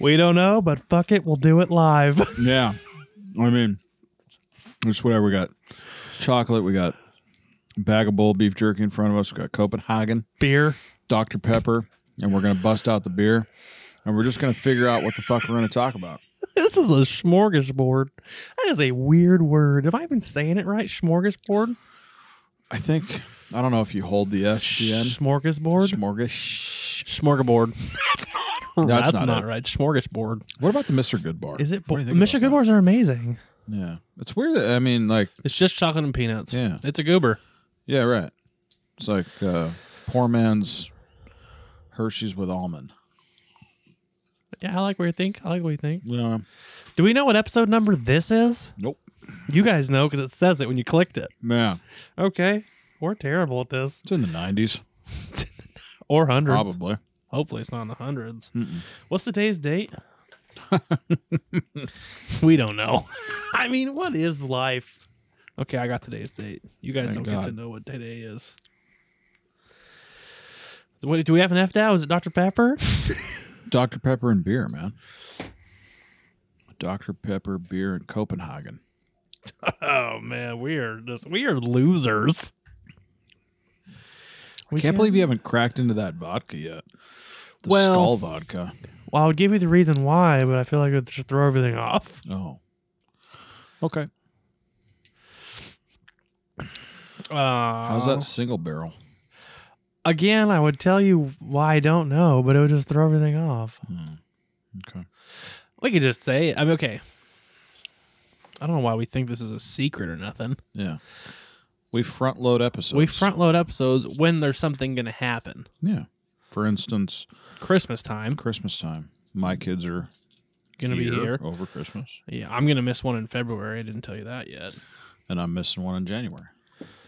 we don't know, but fuck it, we'll do it live. Yeah. I mean, it's whatever we got. Chocolate, we got a bag of bowl beef jerky in front of us. We got Copenhagen, Beer. Dr. Pepper, and we're going to bust out the beer. And we're just going to figure out what the fuck we're going to talk about. This is a smorgasbord. That is a weird word. Am I even saying it right? Smorgasbord? I think, I don't know if you hold the S at the end. Smorgasbord? Smorgash. Smorgasbord. That's not, that's That's not not, it. right. Smorgasbord. What about the Mr. Good Bar? Is it? Bo- What do you think Mr. about Goodbars are amazing. that? Yeah. It's weird. that- I mean, like, It's just chocolate and peanuts. Yeah. It's a goober. yeah, right. It's like uh, poor man's Hershey's with almond. Yeah, I like what you think. I like what you think. Yeah. Do we know what episode number this is? Nope. You guys know because it says it when you clicked it. Yeah. Okay. We're terrible at this. It's in the 90s, Or hundreds. probably. Hopefully, it's not in the 100s What's the day's date? we don't know. I mean, what is life? Okay, I got today's date. You guys Thank don't God. get to know what today is. What, do we have an F now? Is it Dr. Pepper? Dr. Pepper and beer, man. Dr. Pepper, beer, and Copenhagen. oh man, we are just we are losers. I We can't believe you haven't cracked into that vodka yet. The Well- skull vodka. Well, I would give you the reason why, but I feel like it would just throw everything off. Oh. Okay. Uh, How's that single barrel? Again, I would tell you why I don't know, but it would just throw everything off. Hmm. Okay. We could just say it. I mean, okay. I don't know why we think this is a secret or nothing. Yeah. We front load episodes. we front load episodes when there's something going to happen. Yeah. For instance, Christmas time Christmas time. My kids are going to be here. over Christmas, Yeah, I'm going to miss one in February. I didn't tell you that yet. and I'm missing one in January.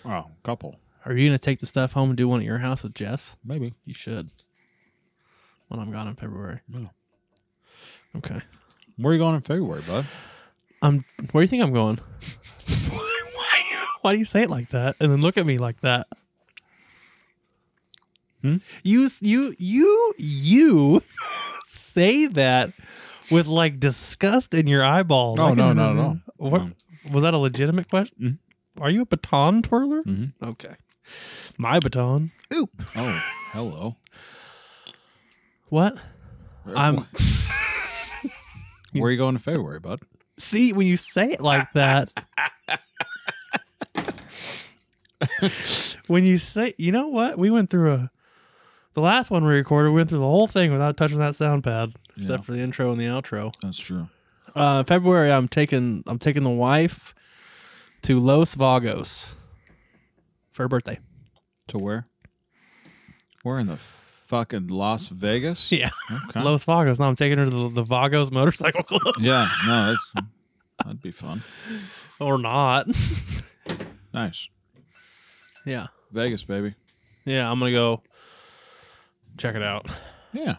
Oh, couple Are you going to take the stuff home and do one at your house with Jess? maybe. You should. When I'm gone in February. No. Okay. Where are you going in February, bud? I'm. Where do you think I'm going? why, why do you say it like that and then look at me like that? Hmm? You s- you you you say that with like disgust in your eyeballs. Oh, I can no, not at Um, Mm-hmm. remember- What was that a legitimate question? Are you a baton twirler? Mhm. Okay, my baton. Oh, hello. What? I'm Where are you going in February, bud? see when you say it like that. when you say, you know what? We went through a the last one we recorded. We went through the whole thing without touching that sound pad. Except for the intro and the outro. That's true. Uh, February, I'm taking. I'm taking the wife to Los Vagos for her birthday. To where? We're in the fucking Las Vegas. Yeah, Okay. Los Vagos. Now I'm taking her to the, the Vagos Motorcycle Club, yeah. No, that's, that'd be fun. or not? Nice. Yeah. Vegas, baby. Yeah, I'm gonna go check it out. Yeah.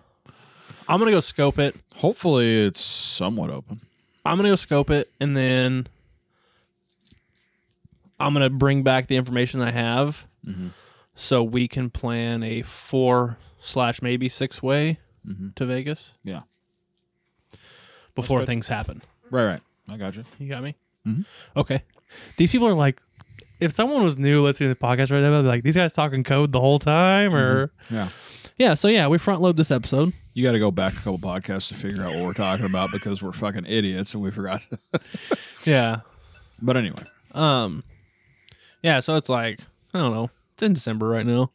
I'm gonna go scope it. Hopefully, it's somewhat open. I'm gonna go scope it, and then I'm gonna bring back the information I have, Mhm. so we can plan a four slash maybe six way Mhm. to Vegas. Yeah. Before good. things happen. Right. Right. I got you. You got me. Mhm. Okay. These people are like, if someone was new listening to the podcast right now, they'd be like, these guys talking code the whole time, or Mm-hmm. Yeah. Yeah. So yeah, we front load this episode. You got to go back a couple podcasts to figure out what we're talking about because we're fucking idiots and we forgot. Yeah. but anyway, Um. Yeah. So it's like I don't know. It's in December right now.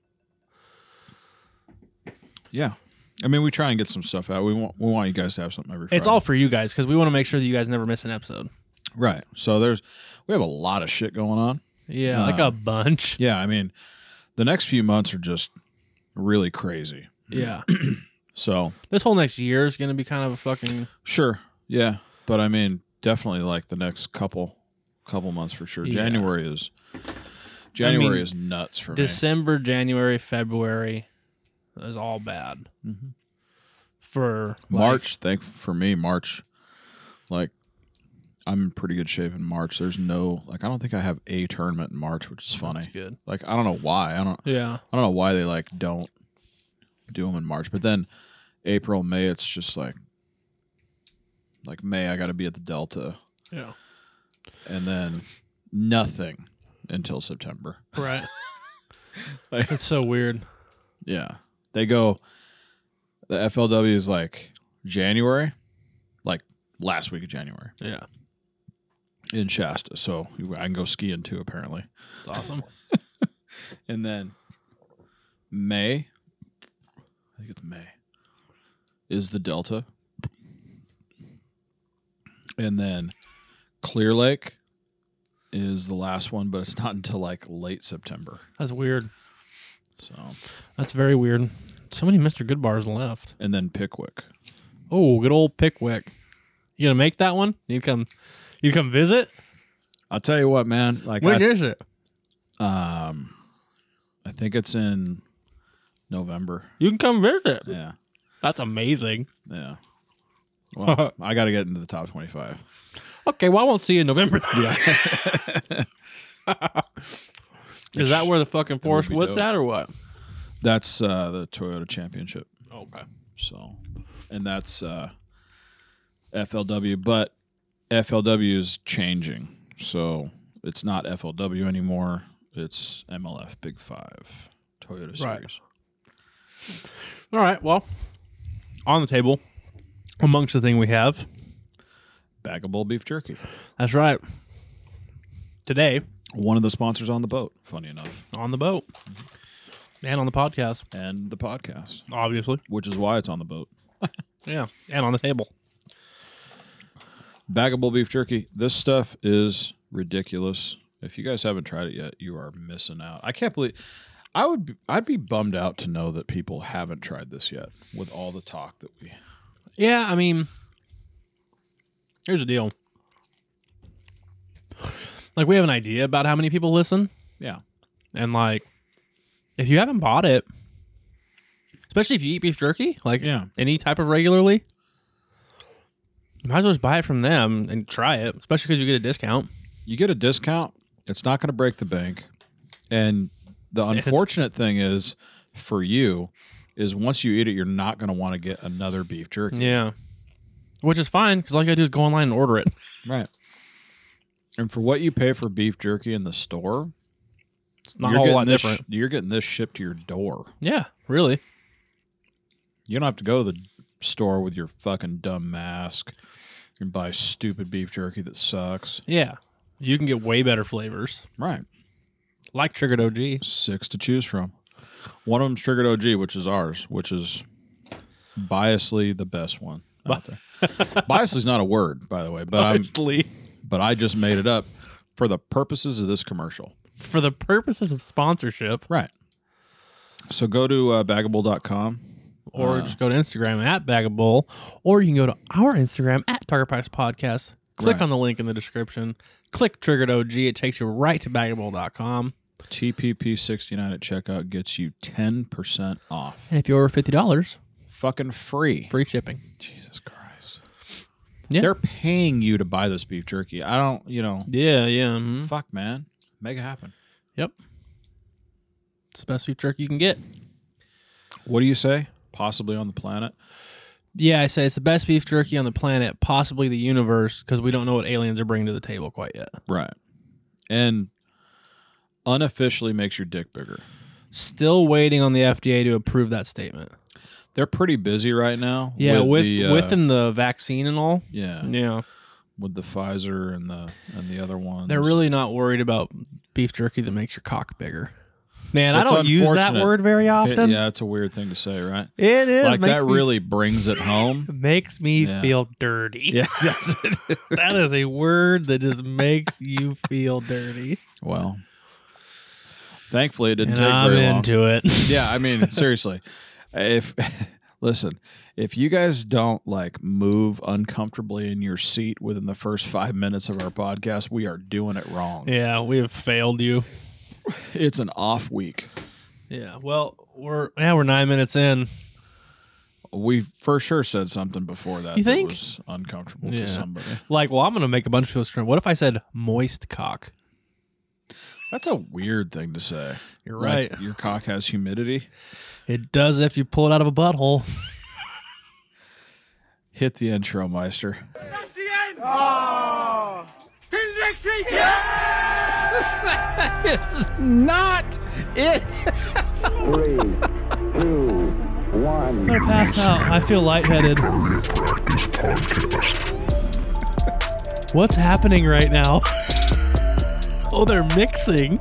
yeah. I mean, we try and get some stuff out. We want we want you guys to have something every. Friday. It's all for you guys because we want to make sure that you guys never miss an episode. right. So there's we have a lot of shit going on. Yeah, like Uh, a bunch. Yeah, I mean, the next few months are just really crazy. Yeah, So this whole next year is gonna be kind of a fucking sure, yeah, but I mean, definitely like the next couple couple months for sure. Yeah. January is January mean, is nuts for December, January, February is all bad me. Mhm. for like- March, thank for me, March, like I'm in pretty good shape in March. There's no like I don't think I have a tournament in March, which is That's funny. good. Like I don't know why I don't Yeah, I don't know why they like don't do them in March, but then April, May, it's just like like May, I got to be at the Delta, Yeah. and then nothing until September. Right. Like- That's so weird. Yeah. They go the FLW is like January, like last week of January Yeah. in Shasta. So I can go skiing too apparently. It's awesome. And then May I think it's May is the Delta. And then Clear Lake is the last one, but it's not until like late September. That's weird. So That's very weird. So many Mr. Good bars left. and then Pickwick. Oh, good old Pickwick. You gonna make that one? You come you come visit? I'll tell you what, man. Like I When is it? Um, I think it's in November. You can come visit. Yeah, That's amazing. yeah. Well, I got to get into the top twenty-five. Okay, well I won't see you in November. Yeah, Is that where the fucking Forest be Woods dope. at or what? that's uh, the Toyota Championship. Okay. So, and that's uh, FLW, but FLW is changing. So it's not FLW anymore. It's MLF Big Five Toyota Series. Right. All right, well, on the table, amongst the thing we have. Bag of bowl beef jerky. That's right. Today One of the sponsors on the boat. Funny enough, on the boat. And on the podcast, and the podcast, obviously. which is why it's on the boat. Yeah. And on the table. Baggable beef jerky. This stuff is ridiculous. If you guys haven't tried it yet, you are missing out. I can't believe I would be, I'd be bummed out to know that people haven't tried this yet with all the talk that we Yeah, I mean, here's the deal. Like, we have an idea about how many people listen, Yeah. and like, if you haven't bought it, especially if you eat beef jerky, like Yeah. any type of regularly, you might as well just buy it from them and try it, especially because you get a discount. You get a discount, it's not going to break the bank. And the it's- unfortunate thing is for you is once you eat it, you're not going to want to get another beef jerky. Yeah. Which is fine because all you gotta do is go online and order it. Right. And for what you pay for beef jerky in the store, It's not a you're whole getting lot this, different. You're getting this shipped to your door. yeah, really. You don't have to go to the store with your fucking dumb mask and buy stupid beef jerky that sucks. Yeah. You can get way better flavors, Right. like Triggered OG. Six to choose from. One of them's Triggered OG, which is ours, which is biasly the best one out there. Biasly's not a word, by the way, but I'm Honestly. but I just made it up for the purposes of this commercial. for the purposes of sponsorship, Right. So go to uh, bagable.com or Uh, just go to Instagram at Bag of Bowl, or you can go to our Instagram at Target Price Podcast. Click Right. on the link in the description. Click Triggered OG. It takes you right to bagabowl.com. TPP69 at checkout gets you 10% off. And if you're over fifty dollars, Fucking free. free shipping. Jesus Christ. Yeah. They're paying you to buy this beef jerky. I don't, you know, Yeah, yeah. mhm. fuck, man. Make it happen. Yep. It's the best beef jerky you can get. What do you say? Possibly on the planet? Yeah, I say it's the best beef jerky on the planet, possibly the universe, because we don't know what aliens are bringing to the table quite yet. Right. And unofficially makes your dick bigger. Still waiting on the FDA to approve that statement. They're pretty busy right now. Yeah, with the, uh, within the vaccine and all. yeah, Yeah. with the Pfizer and the and the other ones. They're really not worried about beef jerky that makes your cock bigger. Man, That's I don't use that unfortunate. word very It- often. yeah, it's a weird thing to say, right? It is like makes that me- really brings it home. makes me Yeah. feel dirty. yeah, that's it. That is a word that just makes you feel dirty. Well, thankfully, it didn't and take I'm very long. into it. yeah, I mean, seriously. If listen, if you guys don't like move uncomfortably in your seat within the first five minutes of our podcast, we are doing it wrong. yeah, we have failed you. It's an off week. Yeah. Well, we're yeah, we're nine minutes in. We for sure said something before that You that think? was uncomfortable Yeah. to somebody. Like, well, I'm gonna make a bunch of people scream. What if I said moist cock? That's a weird thing to say. You're Like, right. your cock has humidity. It does if you pull it out of a butthole. Hit the intro, Meister. That's the end. Oh. Till next week. Yeah. It's not it. three, two, one. I pass out. I feel lightheaded. What's happening right now? Oh, they're mixing.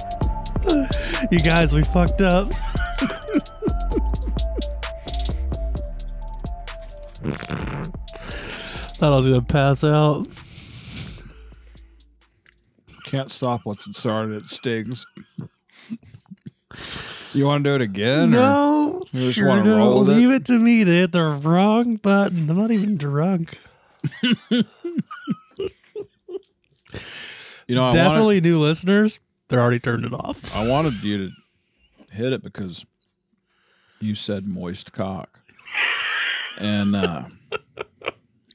You guys, we fucked up. Thought I was gonna pass out. Can't stop once it started. It stings. you want to do it again? or- No, You just sure wanna don't. roll with it? leave it to me to hit the wrong button. I'm not even drunk. you know, I Definitely new listeners. They're already turned it off. Wanted, I wanted you to hit it because you said moist cock, and uh,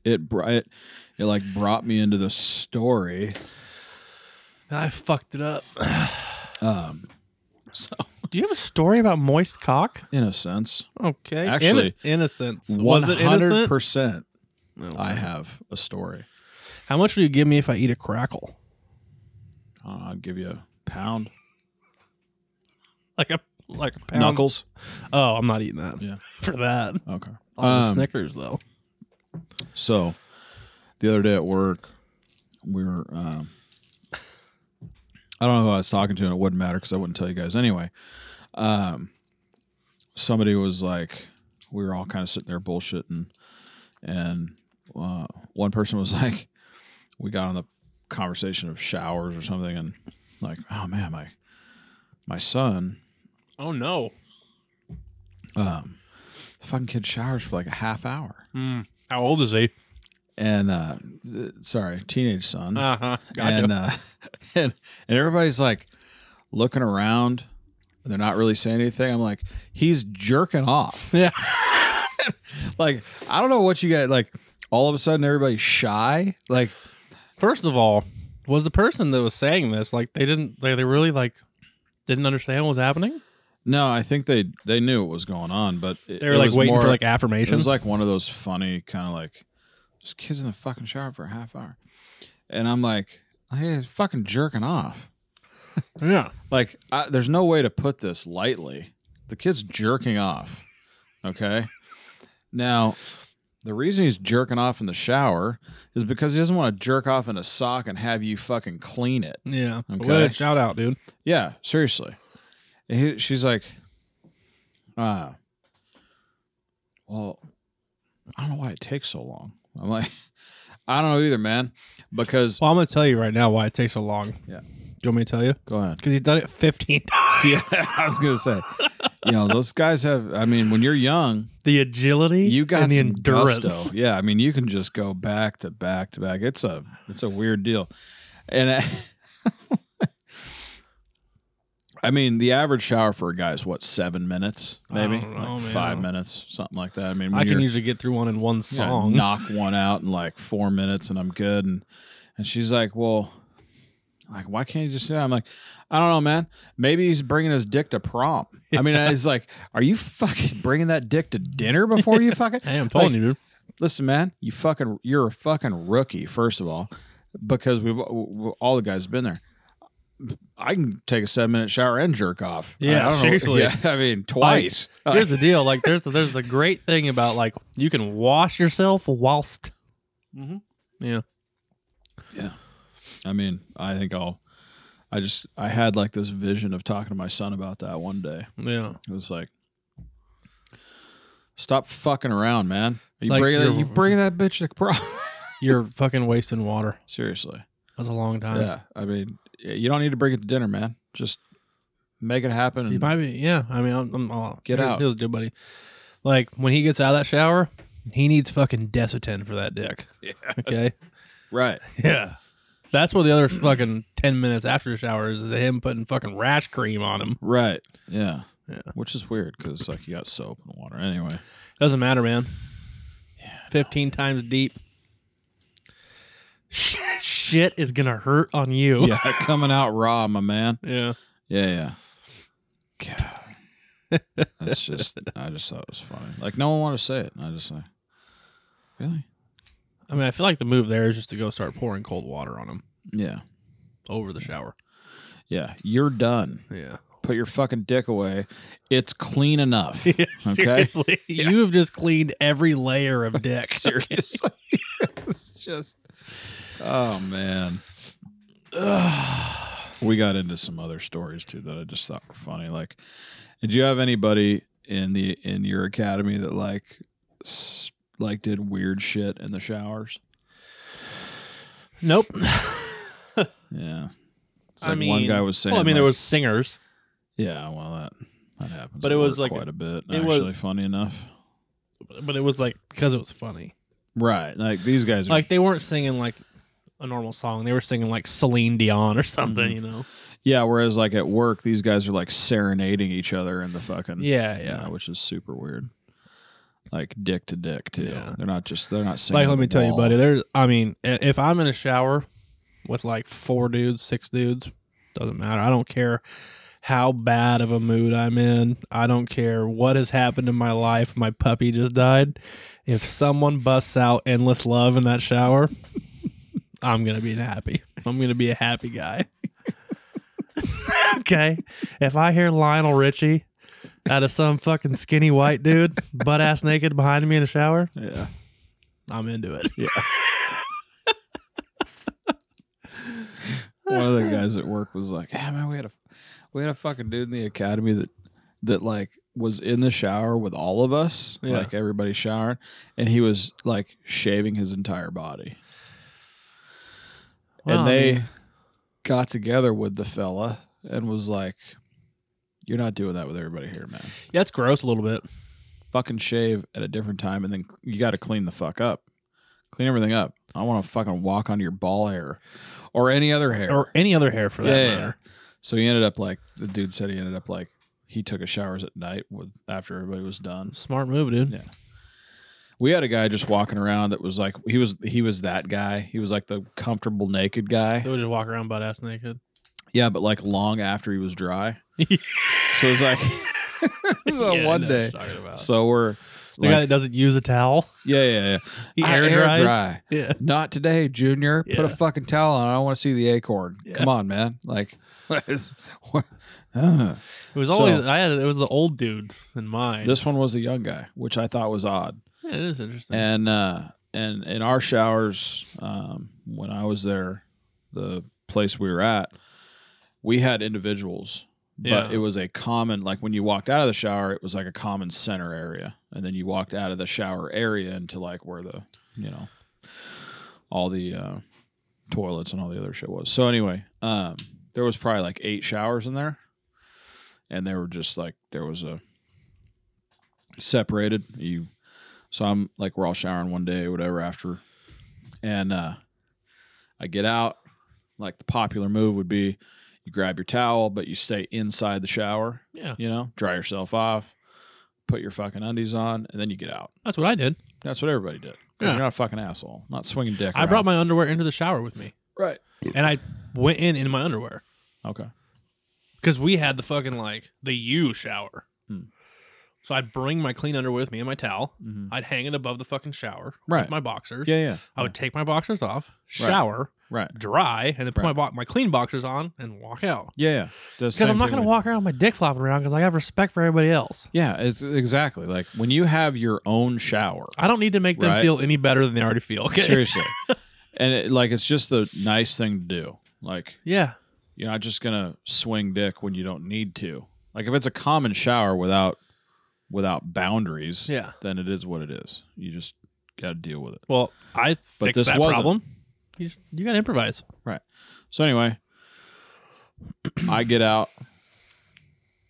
it brought it, it like brought me into the story. I fucked it up. Um, so Do you have a story about moist cock? in a sense, Okay. Actually, innocence. Was one it hundred innocent? percent, I have a story. How much will you give me if I eat a crackle? Uh, I'll give you a pound. Like a like a pound. Knuckles. Oh, I'm not eating that. Yeah. For that. Okay. I'll have Um, Snickers though. So, the other day at work, we were. Um, I don't know who I was talking to, and it wouldn't matter because I wouldn't tell you guys anyway. Um, somebody was like, we were all kind of sitting there bullshitting, and uh, one person was like, we got on the conversation of showers or something, and like, oh man, my my son Oh no. um, fucking kid showers for like a half hour. How old is he? And uh, th- sorry, teenage son. Uh-huh. and, uh, and and everybody's like looking around. They're not really saying anything. I'm like, he's jerking off. Yeah. Like, I don't know what you got. Like, all of a sudden, everybody's shy. Like, First of all, was the person that was saying this like they didn't they, they really like didn't understand what was happening? no, I think they they knew what was going on, but it, They were it like was waiting for more- like It affirmation. was like one of those funny kind of like just kids in the fucking shower for a half hour, and I'm like, hey, fucking jerking off. yeah. like I, there's no way to put this lightly the kid's jerking off okay now the reason he's jerking off in the shower is because he doesn't want to jerk off in a sock and have you fucking clean it Yeah. Okay. Well, shout out, dude. yeah seriously and he, she's like uh well i don't know why it takes so long i'm like i don't know either man because Well, I'm gonna tell you right now why it takes so long. Yeah. Do you want me to tell you? go ahead Because he's done it 15 times. yes i was gonna say you know those guys have i mean when you're young The agility you got and the some endurance. gusto. Yeah, I mean, you can just go back to back to back. It's a it's a weird deal, and I, I mean, the average shower for a guy is what seven minutes, maybe don't know, like man. five minutes, something like that. I mean, when I can you're- usually get through one in one yeah, song. knock one out in like four minutes, and I'm good. And and she's like, well. Like, why can't you just sit down? I'm like, I don't know, man. Maybe he's bringing his dick to prom. I mean, it's like, are you fucking bringing that dick to dinner before you fucking? Hey, I'm telling Like, you, dude. listen, man, you fucking, you're a fucking rookie, first of all, because we've we- all the guys have been there. I can take a seven minute shower and jerk off. Yeah, I don't know- seriously. Yeah, I mean, twice. Here's the deal. Like, there's the, there's the great thing about like you can wash yourself whilst. Yeah. I mean, I think I'll. I just I had like this vision of talking to my son about that one day. Yeah. It was like, stop fucking around, man. You Like bring that, you're- you bring that bitch to prom. You're fucking wasting water. Seriously. That's a long time. Yeah, I mean, you don't need to bring it to dinner, man. Just make it happen. You And, might be. Yeah. I mean, I'm. I'm all, Get here's- out. Here's good, buddy. Like when he gets out of that shower, he needs fucking Desitin for that dick. Yeah. Okay. right. Yeah. That's what the other fucking 10 minutes after the shower is, is him putting fucking rash cream on him. Right. Yeah. Yeah. Which is weird because like you got soap and water anyway. Doesn't matter, man. 15 times deep. Shit, shit is gonna hurt on you. yeah, coming out raw, my man. Yeah. Yeah, yeah. God. That's just, I just thought it was funny. Like, no one wanted to say it. And I just like, really? I mean, I feel like the move there is just to go start pouring cold water on him Yeah. over the shower. Yeah. You're done. Yeah. Put your fucking dick away. It's clean enough. Yeah, Okay. seriously, you have just cleaned every layer of dick. Seriously. it's just, oh, man. we got into some other stories too that I just thought were funny. Like, did you have anybody in the in your academy that like s- like did weird shit in the showers? Nope. Yeah. It's I like one mean- guy was saying. Well, I mean, there like- was singers. Yeah, well, that that happens. But at it was like work a- quite a, bit. it actually, was- funny enough. but it was like because it was funny. Right, like these guys. Are, Like they weren't singing like a normal song. They were singing like Celine Dion or something, Mhm. Mm-hmm. you know. yeah. Whereas, like at work, these guys are like serenading each other in the fucking Yeah, you know, which is super weird. Like dick to dick too. Yeah. They're not just they're not singing. Like let the me tell you, wall. buddy, there's I mean, i- if I'm in a shower with like four dudes, six dudes, doesn't matter. I don't care how bad of a mood I'm in. I don't care what has happened in my life. My puppy just died. If someone busts out endless love in that shower, I'm going to be happy. I'm going to be a happy guy. okay, if I hear Lionel Richie out of some fucking skinny white dude butt ass naked behind me in a shower, Yeah, I'm into it. one of the guys at work was like, "Yeah, man, we had a we had a fucking dude in the academy that that like was in the shower with all of us, Yeah. like everybody showering, and he was like shaving his entire body." Well, and I they mean- got together with the fella and was like, "You're not doing that with everybody here, man. Yeah, it's gross a little bit. Fucking shave at a different time, and then you got to clean the fuck up, clean everything up. I want to fucking walk on your ball hair or any other hair." Or any other hair for that Yeah, yeah, matter. So he ended up like the dude said he ended up like he took his showers at night with after everybody was done. Smart move, dude. Yeah. We had a guy just walking around that was like he was he was that guy. He was like the comfortable naked They guy. would just walk around butt ass naked. Yeah, but like long after he was dry. so it's like so Yeah, I one know what you're day. talking about. So we're the guy that like, doesn't use a towel, yeah, yeah, yeah. he I air, dries. dry. Yeah, Not today, Junior. Put a Yeah. fucking towel on. I want to see the acorn. Come on, man. Like, it's- uh. it was So- always I had it was the old dude in mine. This one was a young guy, which I thought was odd. yeah, it is interesting. And uh, and in our showers, um, when I was there, the place we were at, we had individuals, Yeah. but it was a common like when you walked out of the shower, it was like a common center area, and then you walked out of the shower area into like where the you know all the uh, toilets and all the other shit was. So anyway, um, there was probably like eight showers in there, and they were just like there was a separated. You, so I'm like we're all showering one day, whatever after, and uh, I get out. Like the popular move would be, you grab your towel, but you stay inside the shower. Yeah. you know, dry yourself off, put your fucking undies on, and then you get out. That's what I did. That's what everybody did. 'Cause Yeah. You're not a fucking asshole. Not swinging dick. I brought my underwear into the shower with me, right. and I went in in my underwear Okay. because we had the fucking like the U shower. Hmm. So I'd bring my clean underwear with me and my towel. Mhm. I'd hang it above the fucking shower. Right. With my boxers. Yeah, yeah. I would take my boxers off, shower, Right. dry, and then put Right. my bo- my clean boxers on and walk out. Yeah, yeah. Because because I'm not gonna walk around with my dick flopping around because I have respect for everybody else. Yeah, it's exactly like when you have your own shower. I don't need to make them Right. feel any better than they already feel. Okay. Seriously, and it, like it's just the nice thing to do. Like Yeah. you're not just gonna swing dick when you don't need to. Like if it's a common shower without without boundaries, Yeah. then it is what it is. You just got to deal with it. Well, I fixed this that wasn't. problem. You, just- you gotta improvise. So anyway, I get out,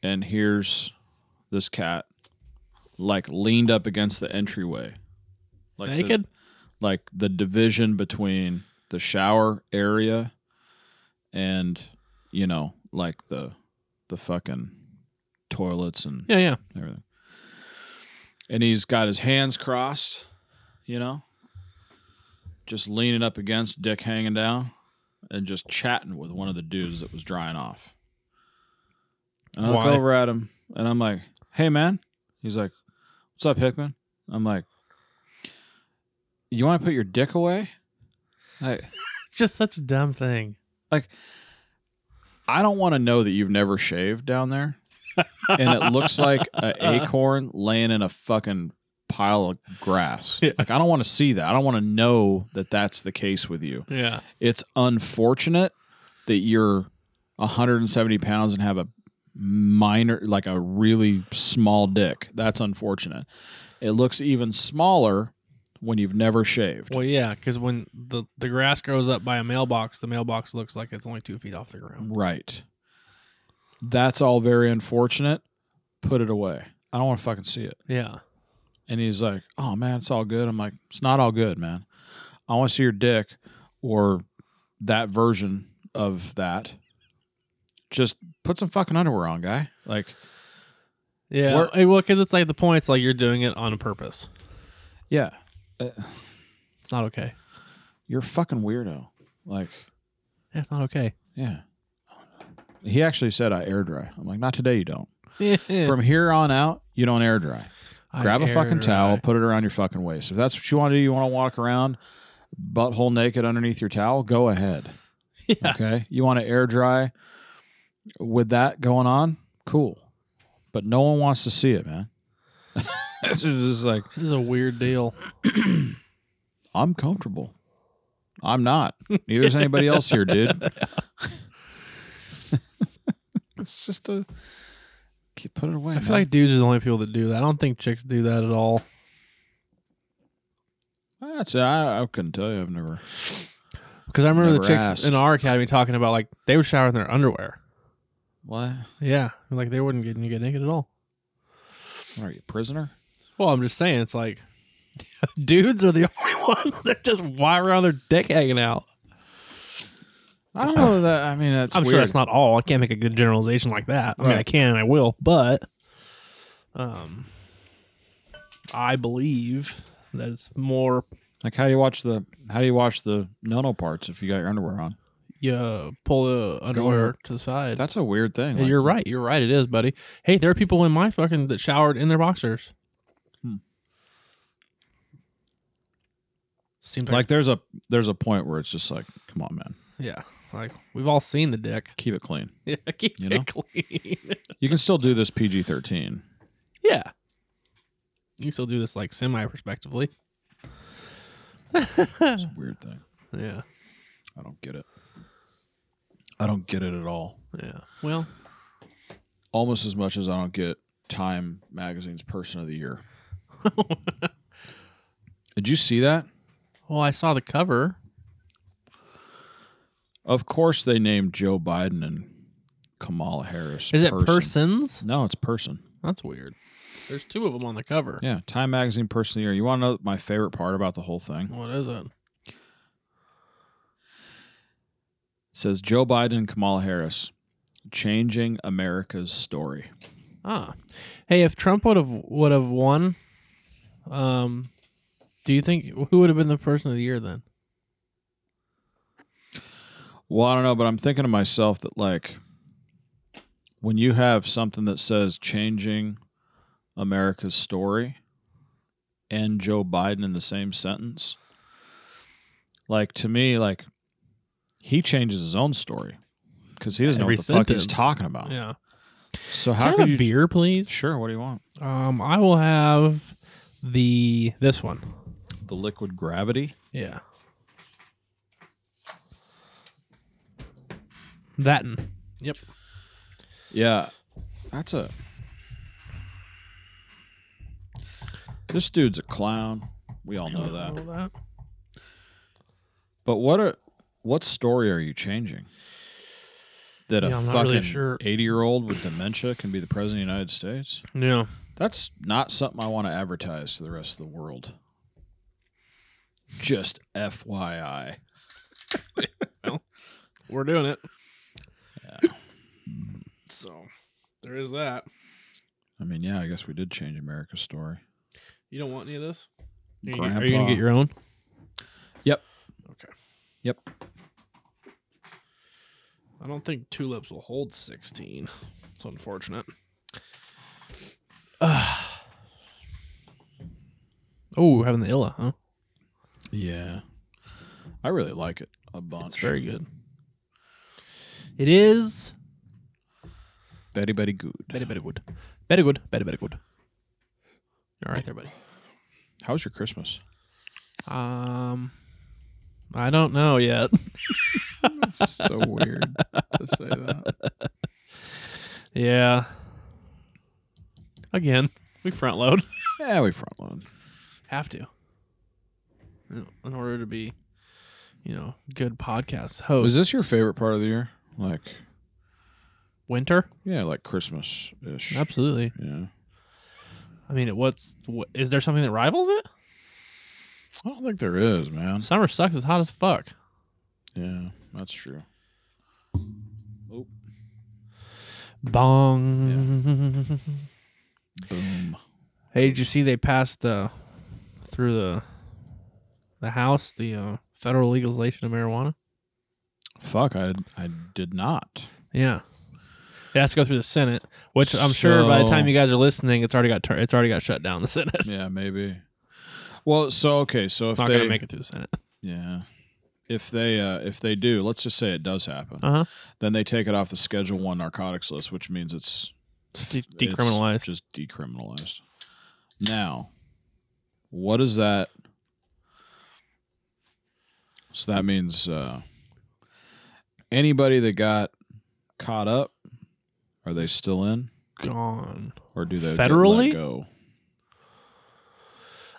and here's this cat, like leaned up against the entryway, like the- Naked. like the division between the shower area and you know like the the fucking toilets and yeah, yeah. everything. And he's got his hands crossed, you know, just leaning up against, dick hanging down. and just chatting with one of the dudes that was drying off. And I look Why? over at him and I'm like, hey, man. He's like, what's up, Hickman? I'm like, you want to put your dick away? I, It's just such a dumb thing. I don't want to know that you've never shaved down there. and it looks like an acorn laying in a fucking pile of grass. Yeah. Like, I don't want to see that. I don't want to know that that's the case with you. Yeah. it's unfortunate that you're 170 pounds and have a minor like a really small dick that's unfortunate it looks even smaller when you've never shaved Well, yeah, because when the, the grass grows up by a mailbox, the mailbox looks like it's only two feet off the ground. right that's all very unfortunate put it away i don't want to fucking see it Yeah. and he's like oh man it's all good i'm like it's not all good man i want to see your dick or that version of that just put some fucking underwear on guy like Yeah. We're- Hey, well, because it's like the point's like you're doing it on purpose. Yeah, It's not okay. you're a fucking weirdo. Like, Yeah, it's not okay. yeah. He actually said I air dry. I'm like, not today. You don't. From here on out, you don't air dry. I Grab a air fucking dry. towel, put it around your fucking waist. If that's what you want to do, you want to walk around butthole naked underneath your towel. Go ahead. Yeah. Okay. You want to air dry with that going on? Cool. But no one wants to see it, man. this is just like This is a weird deal. I'm comfortable. I'm not. Neither is anybody else here, dude. it's just a keep put it away. I man. feel like dudes are the only people that do that. I don't think chicks do that at all. that's I, I couldn't tell you. I've never. Because I remember the Never chicks asked. in our academy talking about like they would shower in their underwear. What? Yeah, like they wouldn't get get naked at all. What Are you a prisoner? Well, I'm just saying, it's like dudes are the only one that just wire around their dick hanging out. I don't know that. I mean, that's. I'm weird. sure that's not all. I can't make a good generalization like that. I mean, I Right. can and I will, but um, I believe that it's more Like, how do you watch the? How do you watch the nono parts if you got your underwear on? you pull the underwear to the side. That's a weird thing. Yeah, Like, you're right. You're right. It is, buddy. Hey, there are people in my fucking that showered in their boxers. Hmm. Seems like there's a there's a point where it's just like, come on, man, yeah, like we've all seen the dick. keep it clean. Yeah, keep You it know? clean. You can still do this PG-13. yeah, you can still do this like semi respectively. It's a weird thing. Yeah, I don't get it. I don't get it at all. yeah. Well, Almost as much as I don't get Time Magazine's Person of the Year. Did you see that? well, I saw the cover. Of course, they named Joe Biden and Kamala Harris. Is it persons? No, it's person. That's weird. There's two of them on the cover. Yeah, Time Magazine Person of the Year. You want to know my favorite part about the whole thing? What is it? It says Joe Biden and Kamala Harris changing America's story. Ah, hey, if Trump would have would have won, um, do you think who would have been the person of the year then? Well, I don't know, but I'm thinking to myself that like when you have something that says changing America's story and Joe Biden in the same sentence, like to me, like he changes his own story because he doesn't Every know what the fuck sentence. he's talking about. Yeah, So Can I how have could a you? beer, please? Sure, what do you want? Um, I will have the this one. The liquid gravity. Yeah, that. one. Yep. Yeah, that's a. This dude's a clown. We all know that. But what a what story are you changing? That Yeah, a I'm not fucking really sure. eighty year old with dementia can be the president of the United States? Yeah. That's not something I want to advertise to the rest of the world. Just FYI. We're doing it. So there is that. I mean, yeah, I guess we did change America's story. You don't want any of this? Grandpa. Are you gonna get your own? Yep. Okay. Yep. I don't think tulips will hold 16. It's unfortunate. Ah. oh, we're having the Illa, huh? Yeah. I really like it a bunch. It's very good. It is Very, very good. Very, very good. Very good. Very, very good. All right, there, buddy. How was your Christmas? Um, I don't know yet. so weird to say that. yeah. Again, we front load. Yeah, we front load. Have to. You know, In order to be, you know, good podcast host. Was this your favorite part of the year? Like, winter? yeah, like Christmas ish. Absolutely. Yeah. I mean, it what's what, is there something that rivals it? I don't think there is, man. Summer sucks. It's hot as fuck. Yeah, that's true. Bong. Boom. Hey, did you see they passed the through the the house the uh, federal legalization of marijuana? Fuck, I I did not. Yeah, it has to go through the Senate, which I'm sure by the time So- you guys are listening, it's already got tur- it's already got shut down the Senate. Yeah, maybe. Well, so okay, so if It's not they gonna make it through the Senate. yeah, if they uh if they do, let's just say it does happen, Uh huh. then they take it off the Schedule One narcotics list, which means it's De- it's decriminalized. just decriminalized. Now, what is that? So that means uh, anybody that got caught up, are they still in, gone. or do they get let Federally? go?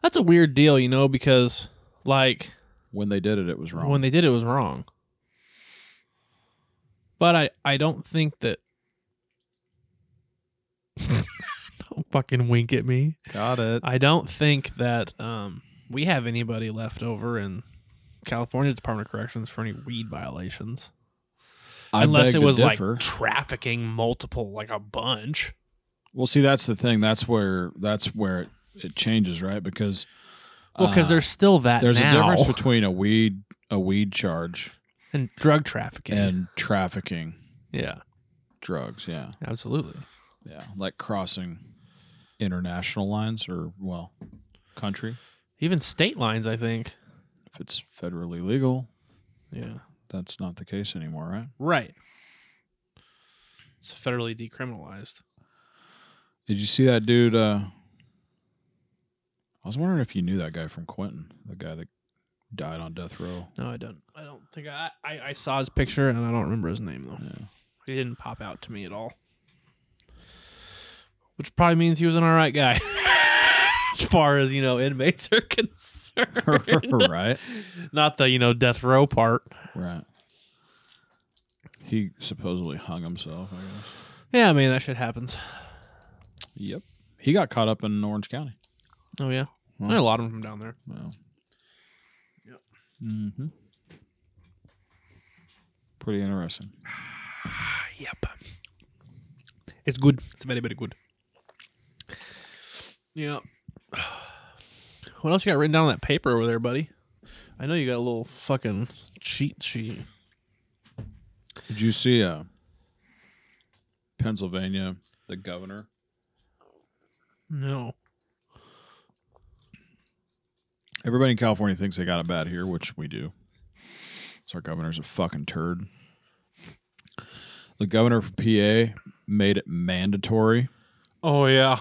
That's a weird deal, you know, because like When they did it, it was wrong. when they did it was wrong. But I I don't think that. don't fucking wink at me. got it. I don't think that um, we have anybody left over in California's Department of Corrections for any weed violations, I unless beg it to was like differ. trafficking multiple, like a bunch. Well, see, that's the thing. That's where that's where it, it changes, right? Because Well, because uh, there's still that. there's now. a difference between a weed a weed charge and drug trafficking. and trafficking yeah, drugs. Yeah, absolutely. yeah, like crossing international lines or well, country. Even state lines, I think. If it's federally legal, Yeah, that's not the case anymore, right? right. It's federally decriminalized. Did you see that dude? Uh, I was wondering if you knew that guy from Quentin, the guy that died on death row. No, I don't. I don't think I. I, I saw his picture and I don't remember his name though. He didn't pop out to me at all. Which probably means he was an all right guy, as far as you know inmates are concerned. right, Not the you know death row part. right. He supposedly hung himself. I guess. Yeah, I mean that shit happens. Yep. He got caught up in Orange County. Oh yeah, Hmm. there are a lot of them from down there. Wow. Yep. Mm-hmm. Pretty interesting. Ah, Yep, it's good. It's very very good. Yeah. What else you got written down on that paper over there, buddy? I know you got a little fucking cheat sheet. Did you see uh, Pennsylvania, the governor? No. Everybody in California thinks they got it bad here, which we do. So our governor's a fucking turd. The governor for PA made it mandatory Oh yeah.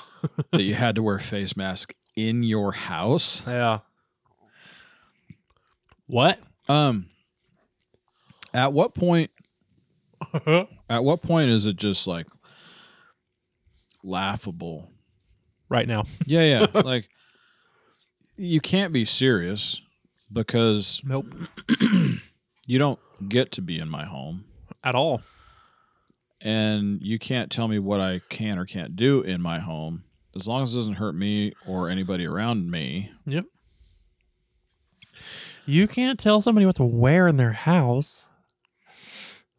that you had to wear a face mask in your house. Yeah. What? Um, at what point? at what point is it just like laughable? Right now. Yeah, yeah. like you can't be serious because Nope. you don't get to be in my home, At all. and you can't tell me what I can or can't do in my home. As long as it doesn't hurt me or anybody around me, Yep. You can't tell somebody what to wear in their house.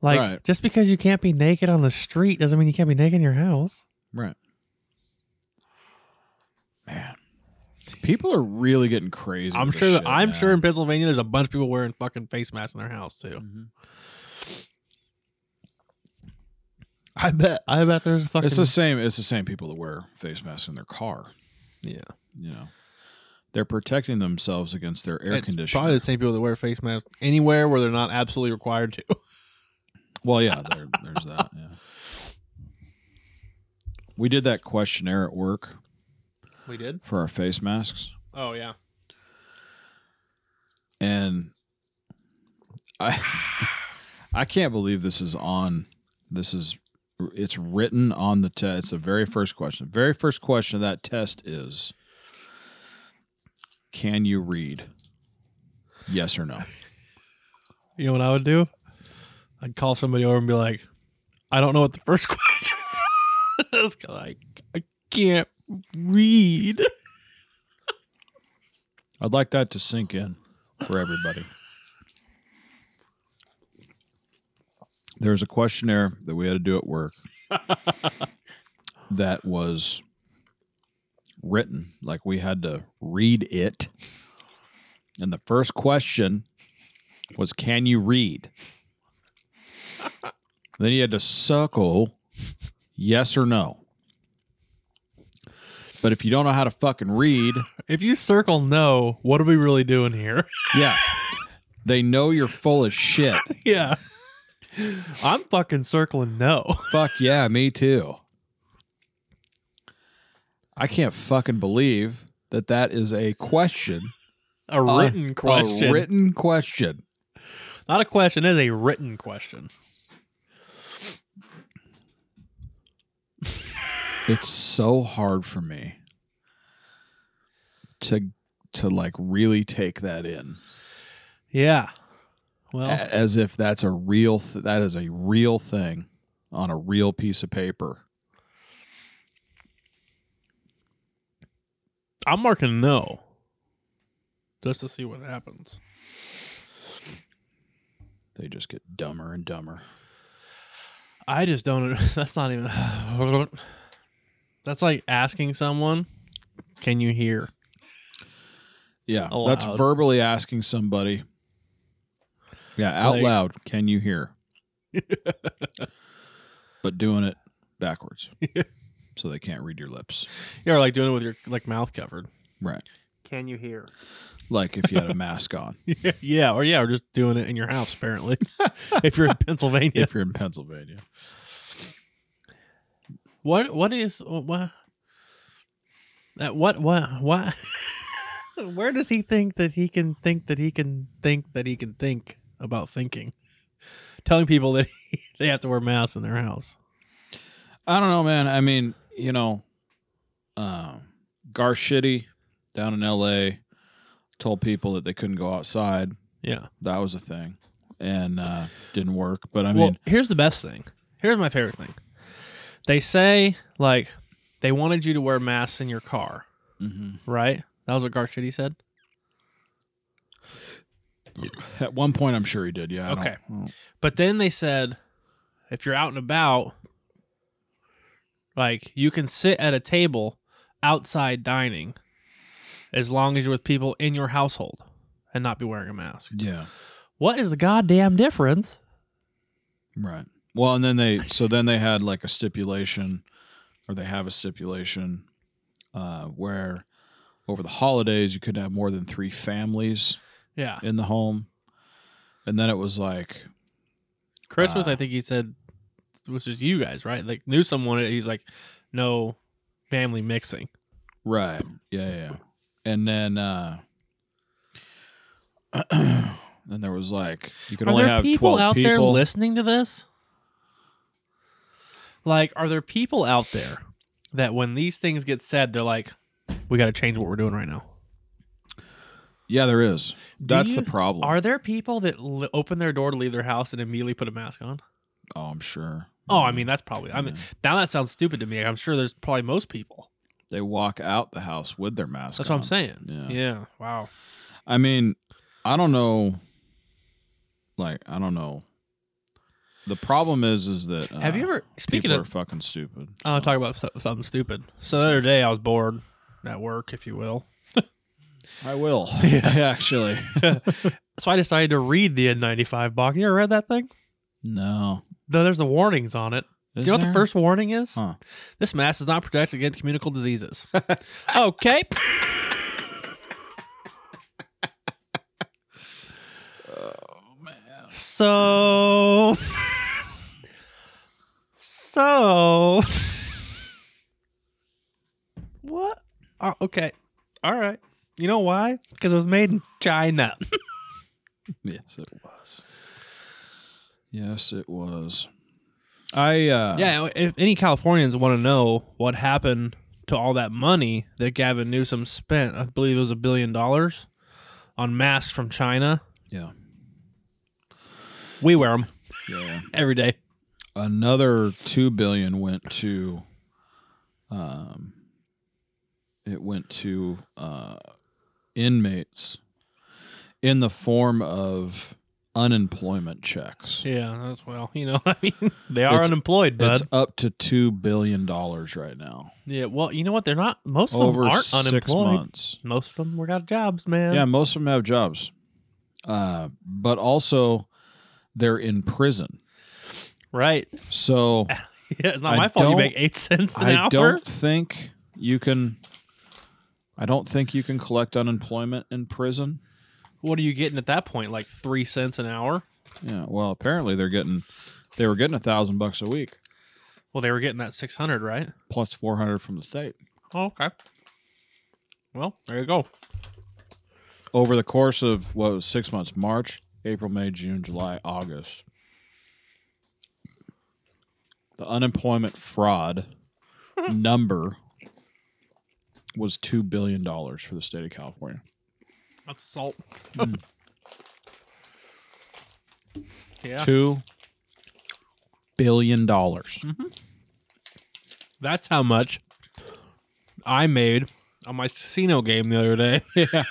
Like Right. just because you can't be naked on the street doesn't mean you can't be naked in your house. Right. Man. People are really getting crazy. I'm with sure this that shit I'm now. sure in Pennsylvania there's a bunch of people wearing fucking face masks in their house too. I bet. I bet there's a fucking. It's the same. It's the same people that wear face masks in their car. yeah. You know, they're protecting themselves against their air It's conditioning. probably the same people that wear face masks anywhere where they're not absolutely required to. Well, yeah, there, there's that. Yeah. We did that questionnaire at work We did. for our face masks, Oh yeah. and I, I can't believe this is on. This is it's written on the test. It's the very first question. The very first question of that test is, can you read? Yes or no. You know what I would do? I'd call somebody over and be like, I don't know what the first question is. It's kinda like, I can't read. I'd like that to sink in for everybody. There's a questionnaire that we had to do at work that was written like we had to read it. And the first question was can you read? then you had to suckle yes or no. But if you don't know how to fucking read, If you circle no, what are we really doing here? yeah. They know you're full of shit. yeah. I'm fucking circling no. Fuck yeah, me too. I can't fucking believe that that is a question. A written question. A written question. Not a question, it is a written question. It's so hard for me to to like really take that in Yeah. Well, A- as if that's a real th- that is a real thing on a real piece of paper. I'm marking no. Just to see what happens. They just get dumber and dumber. I just don't. That's not even. That's like asking someone, "Can you hear?" Yeah, Aloud. that's verbally asking somebody. Yeah, out Like- loud. Can you hear? but doing it backwards, so they can't read your lips. You're like doing it with your like mouth covered. Right, Can you hear? like if you had a mask on. yeah, or yeah, or just doing it in your house. Apparently, if you're in Pennsylvania, If you're in Pennsylvania, what what is what? That what what what? Where does he think that he can think that he can think that he can think about thinking? Telling people that they have to wear masks in their house. I don't know, man. I mean, you know, um, Garshitty down in L.A. told people that they couldn't go outside. Yeah. That was a thing, and uh, didn't work. But I mean, well, here's the best thing. Here's my favorite thing. They say like they wanted you to wear masks in your car, mhm. right? That was what Garcetti said. At one point, I'm sure he did. Yeah. I don't- Mm-hmm. Okay. I don't- But then they said if you're out and about, like you can sit at a table outside dining as long as you're with people in your household and not be wearing a mask. yeah. What is the goddamn difference? Right. Well, and then they so then they had like a stipulation, or they have a stipulation, uh, where over the holidays you couldn't have more than three families Yeah. in the home, and then it was like Christmas, Uh, I think he said, was just you guys, right? Like knew someone. He's like, no family mixing. right, yeah, yeah, yeah. and then uh, then there was like you could Are only there have people twelve out people. there listening to this? Like, are there people out there that when these things get said, they're like, we got to change what we're doing right now? yeah, there is. Do That's you- the problem. Are there people that l- open their door to leave their house and immediately put a mask on? oh, I'm sure. Oh, I mean, that's probably. I mean, Yeah. now that sounds stupid to me. I'm sure there's probably most people. they walk out the house with their mask. That's what I'm on. saying. Yeah. yeah. Wow. I mean, I don't know. Like, I don't know. The problem is, is that uh, Have you ever? Speaking people of are fucking stupid. I want to talk about so- something stupid. So the other day, I was bored at work, if you will. I will actually. So I decided to read the N95 box. You ever read that thing? No, Though there's the warnings on it. Is Do you know what there? the first warning is? Huh. This mask does not protect against communicable diseases. okay. So, so What? Oh, okay. All right. you know why? Because it was made in China. Yes, it was. Yes, it was. I uh Yeah. If any Californians want to know what happened to all that money that Gavin Newsom spent, I believe it was a billion dollars on masks from China. yeah. We wear them Yeah. every day. Another 2 billion went to um it went to uh inmates in the form of unemployment checks. Yeah. That's well. You know what I mean? They are It's- unemployed, bud. It's up to 2 billion dollars right now. Yeah. Well, you know what? They're not. Most of Over them aren't 6 unemployed. months. Most of them were out of jobs, man. Yeah, most of them have jobs, uh, but also they're in prison. Right. So Yeah, it's not I my fault. You don't- make eight cents an I hour. don't think you can. I don't think you can collect unemployment in prison. What are you getting at that point? Like three cents an hour? Yeah. Well, apparently they're getting. They were getting a thousand bucks a week Well, they were getting that six hundred, right? plus four hundred from the state Oh, okay. Well, there you go. over the course of what was six months: March, April, May, June, July, August. The unemployment fraud number was two billion dollars for the state of California. That's salt. Mm. yeah, Two billion dollars. that's how much I made on my casino game the other day. Yeah.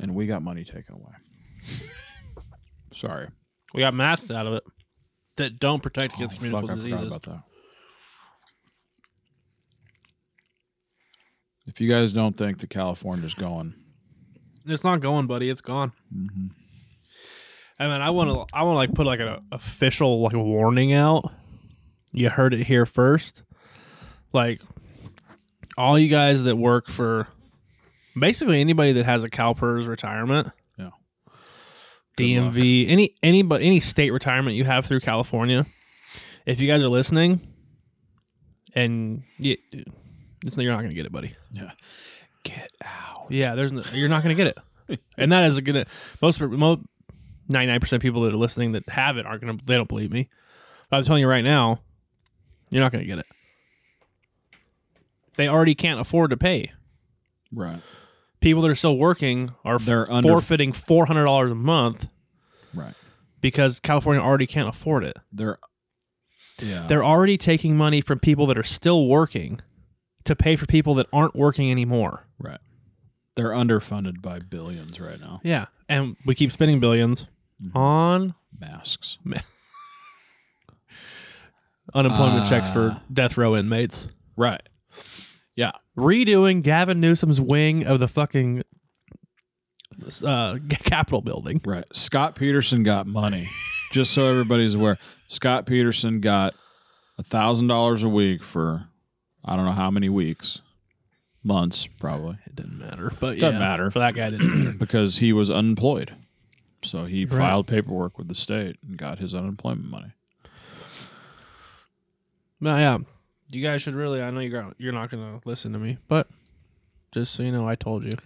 and we got money taken away. Sorry. we got masks out of it that don't protect Oh, against fuck, communicable I forgot diseases. about that. If you guys don't think that California's going, It's not going, buddy. It's gone. Mm-hmm. And then I want to, I want to like put like an official like warning out. You heard it here first. Like all you guys that work for, basically anybody that has a CalPERS retirement, Yeah. Good DMV, any anybody, any state retirement you have through California. If you guys are listening, and you, it's you're not gonna get it, buddy. yeah, get out. Yeah, there's no, you're not going to get it, and that is going to most ninety nine percent of people that are listening that have it aren't going to they don't believe me. But I'm telling you right now, you're not going to get it. They already can't afford to pay. Right, People that are still working are They're under- forfeiting four hundred dollars a month right. because California already can't afford it. They're yeah. They're already taking money from people that are still working to pay for people that aren't working anymore. Right. They're underfunded by billions right now. Yeah, and we keep spending 1000000000s Mm-hmm. on Masks. unemployment checks Uh, for death row inmates. Right. Yeah. Redoing Gavin Newsom's wing of the fucking uh, g- Capitol building. Right. Scott Peterson got money. Just so everybody's aware, Scott Peterson got a thousand dollars a week for I don't know how many weeks, months probably, It didn't matter, but Doesn't yeah, matter. for that guy. it Didn't matter. because he was unemployed. So he Right. filed paperwork with the state and got his unemployment money. No, yeah, you guys should really. I know you're not- you're not gonna listen to me, but just so you know, I told you.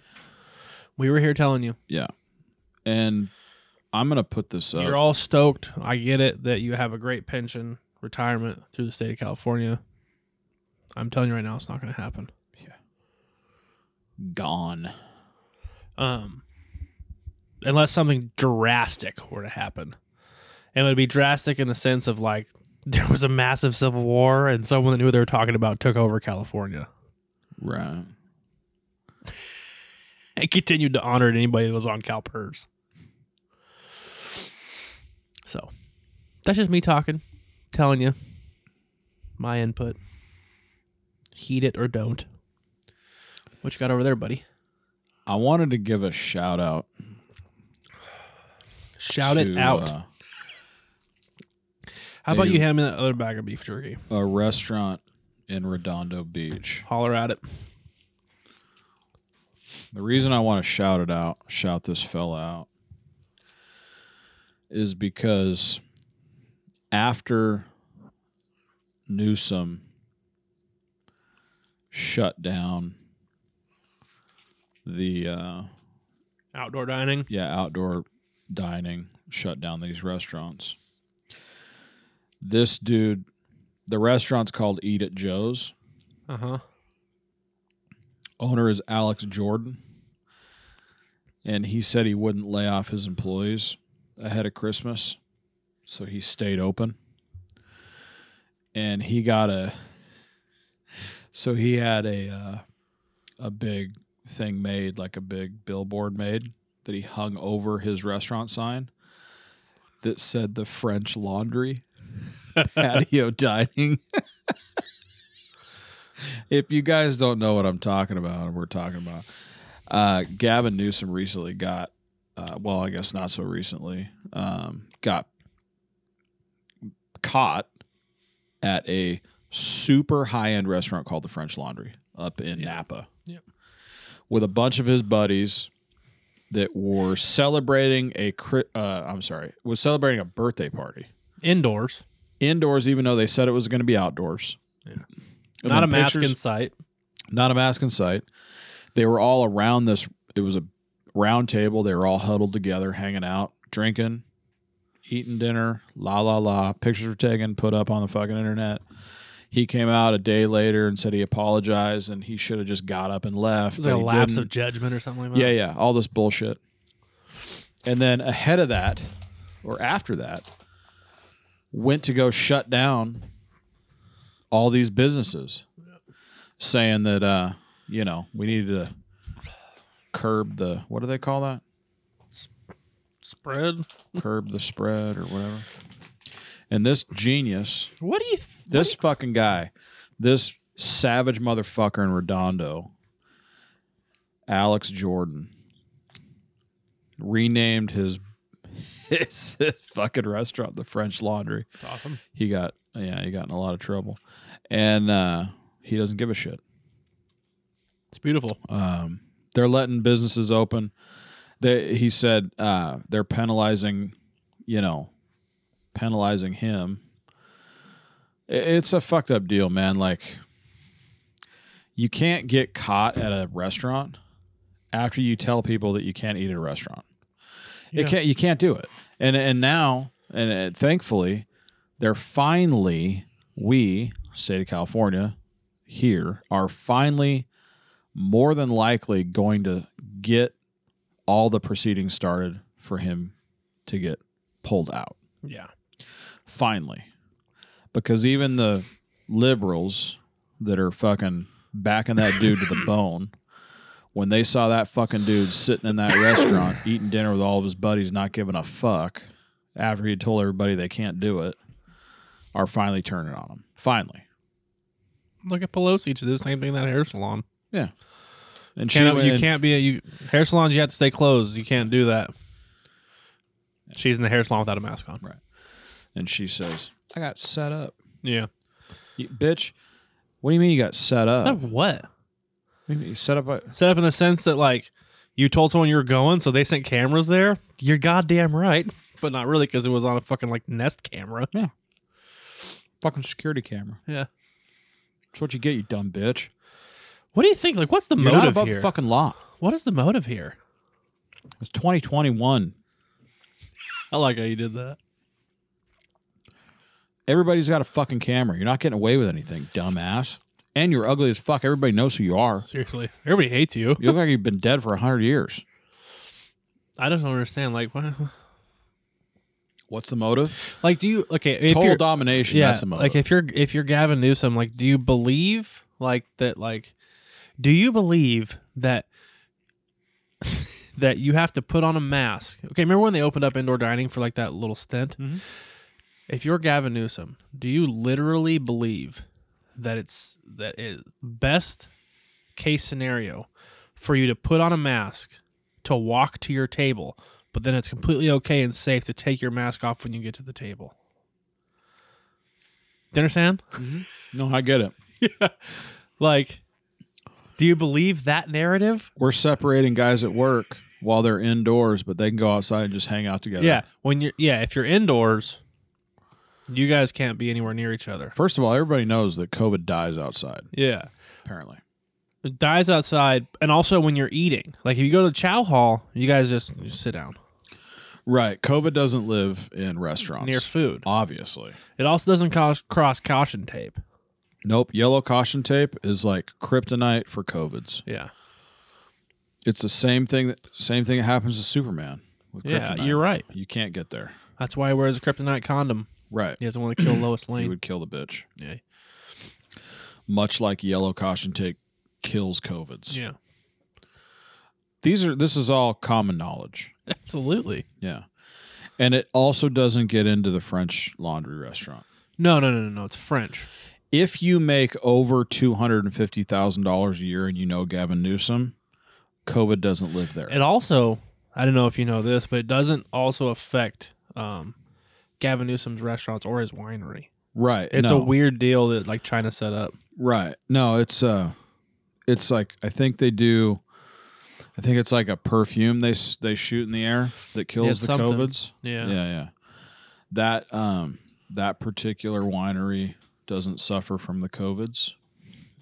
We were here telling you. Yeah. And I'm gonna put this up. You're all stoked. I get it that you have a great pension retirement through the state of California. I'm telling you right now, it's not gonna happen. gone. um, unless something drastic were to happen. And it would be drastic in the sense of like there was a massive civil war and someone that knew what they were talking about took over California Right. and continued to honor anybody that was on CalPERS. So that's just me talking, telling you my input. Heed it or don't. What you got over there, buddy? I wanted to give a shout out Shout it to, out. uh, How about Hey. you hand me that other bag of beef jerky? A restaurant in Redondo Beach. Holler at it. The reason I want to shout it out, shout this fella out, is because after Newsom shut down the uh, Outdoor dining. yeah outdoor dining, shut down these restaurants. This dude, the restaurant's called Eat at Joe's. Uh huh. owner is Alex Jordan, and he said he wouldn't lay off his employees ahead of Christmas, so he stayed open. And he got a, so he had a uh, a big thing made, like a big billboard made that he hung over his restaurant sign that said the French Laundry patio dining if you guys don't know what I'm talking about, and we're talking about uh, Gavin Newsom recently got, uh, well, I guess not so recently, um, got caught at a super high end restaurant called the French Laundry up in Napa Yep. with a bunch of his buddies that were celebrating a, cri- uh, I'm sorry, was celebrating a birthday party Indoors. indoors, even though they said it was going to be outdoors. Yeah. And Not the a mask pictures- in sight. not a mask in sight. They were all around this. It was a round table. They were all huddled together, hanging out, drinking, eating dinner, la la la. Pictures were taken, put up on the fucking internet. He came out a day later and said he apologized and he should have just got up and left. It was like a but he lapse didn't. of judgment or something like that. Yeah, yeah, all this bullshit. And then ahead of that, or after that, went to go shut down all these businesses, saying that uh, you know we needed to curb the what do they call that? Spread. Curb the spread or whatever. And this genius What do you? Th- this fucking guy, this savage motherfucker in Redondo, Alex Jordan, renamed his his fucking restaurant the French Laundry. That's awesome. He got yeah, he got in a lot of trouble, and uh, he doesn't give a shit. It's beautiful. Um, they're letting businesses open. They, he said uh, they're penalizing, you know, penalizing him. I- It's a fucked up deal, man. Like, you can't get caught at a restaurant after you tell people that you can't eat at a restaurant. Yeah. It can't. You can't do it. And and now and, uh, thankfully, they're finally we state of California here are finally more than likely going to get all the proceedings started for him to get pulled out Yeah. finally because even the liberals that are fucking backing that dude to the bone when they saw that fucking dude sitting in that restaurant eating dinner with all of his buddies not giving a fuck after he told everybody they can't do it are finally turning on him finally Look at Pelosi. She did the same thing in that hair salon. and Can't- went you in- can't be a you, hair salons. You have to stay closed. You can't do that. She's in the hair salon without a mask on. and she says i got set up Yeah. You- bitch what do you mean you got set up Like what? What do you mean you set up a- Uh, Set up in the sense that like you told someone you were going, so they sent cameras there, You're goddamn right. but not really because it was on a fucking like Nest camera. fucking security camera Yeah. that's what you get you dumb bitch What do you think? Like, what's the You're not motive above here? fucking law what is the motive here? It's 2021. I like how you did that. Everybody's got a fucking camera. You're not getting away with anything, dumbass. And you're ugly as fuck. Everybody knows who you are. Seriously, everybody hates you. You look like you've been dead for 100 years. I just don't understand. Like, why What's the motive? like do you? Okay, if Total you're, domination. yeah, that's the motive. like if you're if you're Gavin Newsom, like, do you believe like that? Like, do you believe that that you have to put on a mask? Okay, remember when they opened up indoor dining for like that little stint? Mhm. If you're Gavin Newsom, do you literally believe that it's that is best case scenario for you to put on a mask to walk to your table, but then it's completely okay and safe to take your mask off when you get to the table. Do you understand? No, I get it. Like, Do you believe that narrative? We're separating guys at work while they're indoors, but they can go outside and just hang out together. yeah, when you're yeah, if you're indoors, you guys can't be anywhere near each other. First of all, everybody knows that COVID dies outside, Yeah. apparently. It dies outside and also when you're eating. Like if you go to chow hall, you guys just, you sit down Right. COVID doesn't live in restaurants. near food. Obviously. It also doesn't cause cross caution tape. Nope. Yellow caution tape is like kryptonite for COVIDs. Yeah. It's the same thing that same thing that happens to Superman. With Yeah, kryptonite. you're right. You can't get there. That's why he wears a kryptonite condom. Right. He doesn't want to kill Lois He Lane. would kill the bitch. Yeah. Much like yellow caution tape kills COVIDs. Yeah. These are this is all common knowledge. Absolutely. Yeah. And it also doesn't get into the French laundry restaurant. No, no, no, no, no. It's French. If you make over two hundred and fifty thousand dollars a year and you know Gavin Newsom, COVID doesn't live there. It also, I don't know if you know this, but it doesn't also affect um, Gavin Newsom's restaurants or his winery. right. It's no. a weird deal that like China set up. Right. No, it's uh it's like I think they do I think it's like a perfume they s- they shoot in the air that kills it's the something. covids. Yeah. Yeah, yeah. That um that particular winery doesn't suffer from the covids.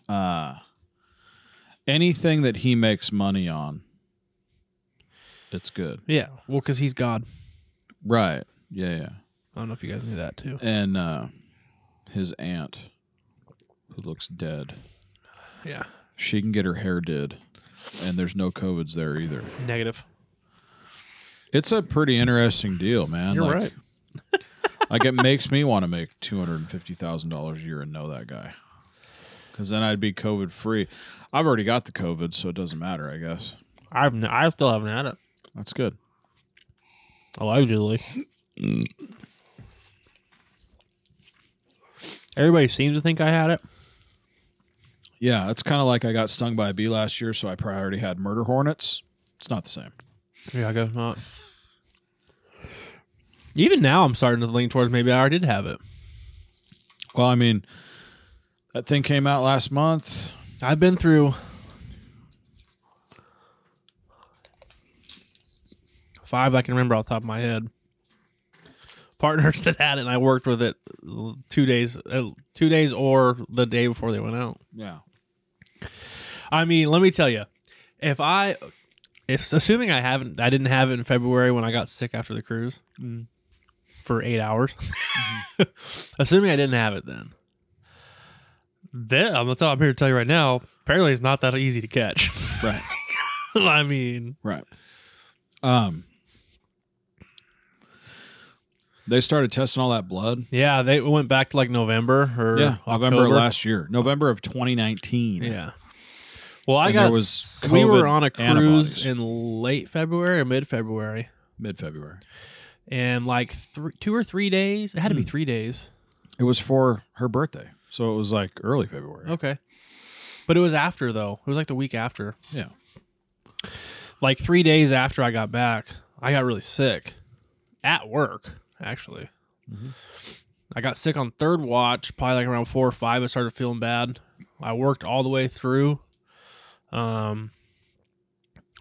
Uh anything that he makes money on it's good. Yeah. Well, because he's God. Right. Yeah, yeah. I don't know if you guys knew that too. And uh his aunt who looks dead. Yeah. She can get her hair did, and there's no covids there either. Negative. It's a pretty interesting deal, man. You're like, right. like it makes me want to make two hundred and fifty thousand dollars a year and know that guy, because then I'd be COVID free. I've already got the COVID, so it doesn't matter, I guess. I've n- I still haven't had it. That's good. Allegedly. Mm. Everybody seems to think I had it. Yeah, it's kind of like I got stung by a bee last year, so I probably already had murder hornets. It's not the same. Yeah, I guess not. Even now, I'm starting to lean towards maybe I already did have it. Well, I mean, that thing came out last month. I've been through five I can remember off the top of my head. Partners that had it, and I worked with it l- two days, uh, two days or the day before they went out. Yeah. I mean, let me tell you, if I, if assuming I haven't, I didn't have it in February when I got sick after the cruise for eight hours. assuming I didn't have it then, then I'm, gonna tell- I'm here to tell you right now. Apparently, it's not that easy to catch. Right. I mean, Right. Um They started testing all that blood. yeah, they went back to like November or November October. of last year. November of 2019. Yeah. Well, I And got. there was was we were COVID on a cruise antibodies. in late February or mid February, Mid-February. and like thr two or three days. It had to be three days. It was for her birthday. So it was like early February. Okay. But it was after though. It was like the week after. Yeah. Like 3 days after I got back, I got really sick at work actually. I got sick on third watch, probably like around 4 or 5 I started feeling bad. I worked all the way through um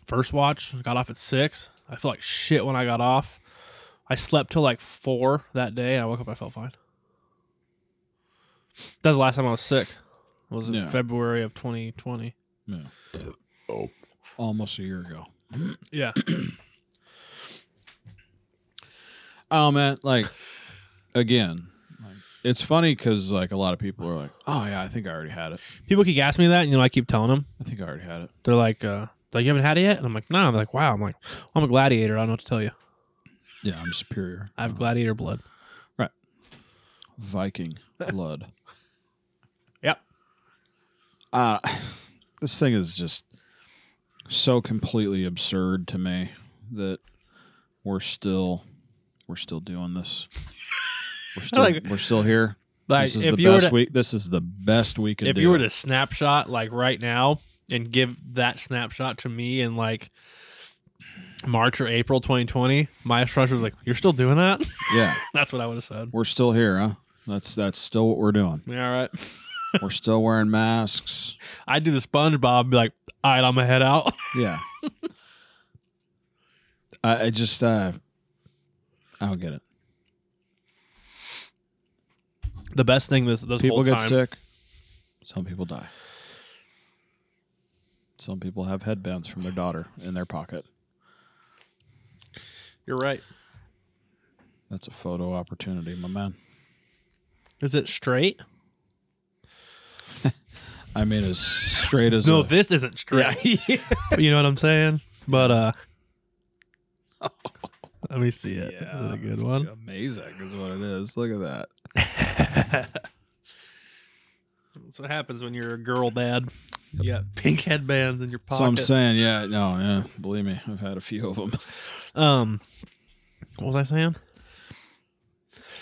first watch, got off at 6. I felt like shit when I got off. I slept till like 4 that day and I woke up I felt fine. That was the last time I was sick was in Yeah. February of 2020. Yeah. Oh. Almost a year ago. Yeah. Oh man, like again, like, it's funny cuz like a lot of people are like, "Oh yeah, I think I already had it. People keep asking me that, and you know, I keep telling them. I think I already had it." They're like, uh, they're like, you haven't had it yet? And I'm like, no. I'm like, wow. I'm like, I'm a gladiator. I don't know what to tell you. Yeah, I'm superior. I have gladiator blood. Viking blood. Yep. uh, this thing is just so completely absurd to me that we're still we're still doing this. We're still Like- we're still here. like, this is if the you were best to- week. This is the best week. If you were to snapshot like right now and give that snapshot to me in like March or April 2020, my instructor was like, you're still doing that? yeah, That's what I would have said. we're still here, huh? That's that's still what we're doing. All right. We're still wearing masks. I do the SpongeBob, and be like, all right, I'm gonna head out. Yeah. I, I just uh I don't get it. The best thing this this People whole get time. sick. Some people die. Some people have headbands from their daughter in their pocket. You're right. That's a photo opportunity, my man. Is it straight? I mean, as straight as No, a- this isn't straight. you know what I'm saying? But uh, let me see it. Is it a good that's one? Amazing is what it is. Look at that. That's what happens when you're a girl dad. You got pink headbands in your pocket. So I'm saying, yeah, no, yeah. Believe me, I've had a few of them. um, what was I saying?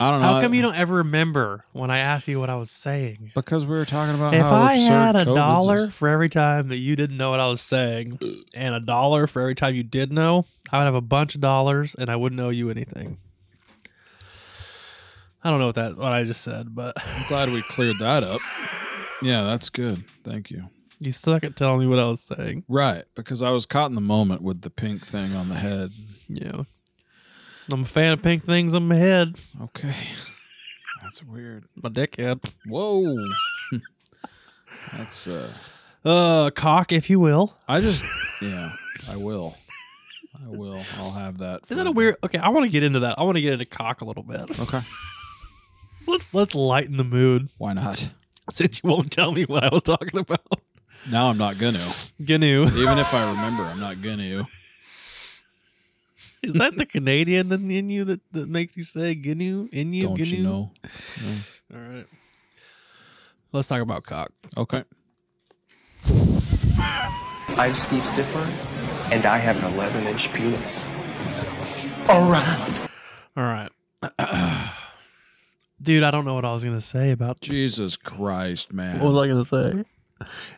I don't know. How come you don't ever remember when I asked you what I was saying? Because we were talking about If how I absurd had a COVID's dollar is. for every time that you didn't know what I was saying, and a dollar for every time you did know, I would have a bunch of dollars and I wouldn't owe you anything. I don't know what that what I just said, but I'm glad we cleared that up. Yeah, that's good. Thank you. you suck at telling me what I was saying. Right, because I was caught in the moment with the pink thing on the head. Yeah. I'm a fan of pink things on my head. Okay. That's weird. My dickhead. Whoa. that's uh Uh cock, if you will. I just yeah, I will. I will. I'll have that. Is that for- a weird okay, I want to get into that. I want to get into cock a little bit. Okay. Let's let's lighten the mood Why not? since you won't tell me what I was talking about. Now I'm not gonna. Gnu. Even if I remember, I'm not gonna. Is that the Canadian in, in you that, that makes you say Gnu? In you, Don't Gnu? you know? All right. Let's talk about cock. Okay. I'm Steve Stifler, and I have an 11 inch penis. All right. All right. Dude, I don't know what I was going to say about Jesus Christ, man. What was I going to say?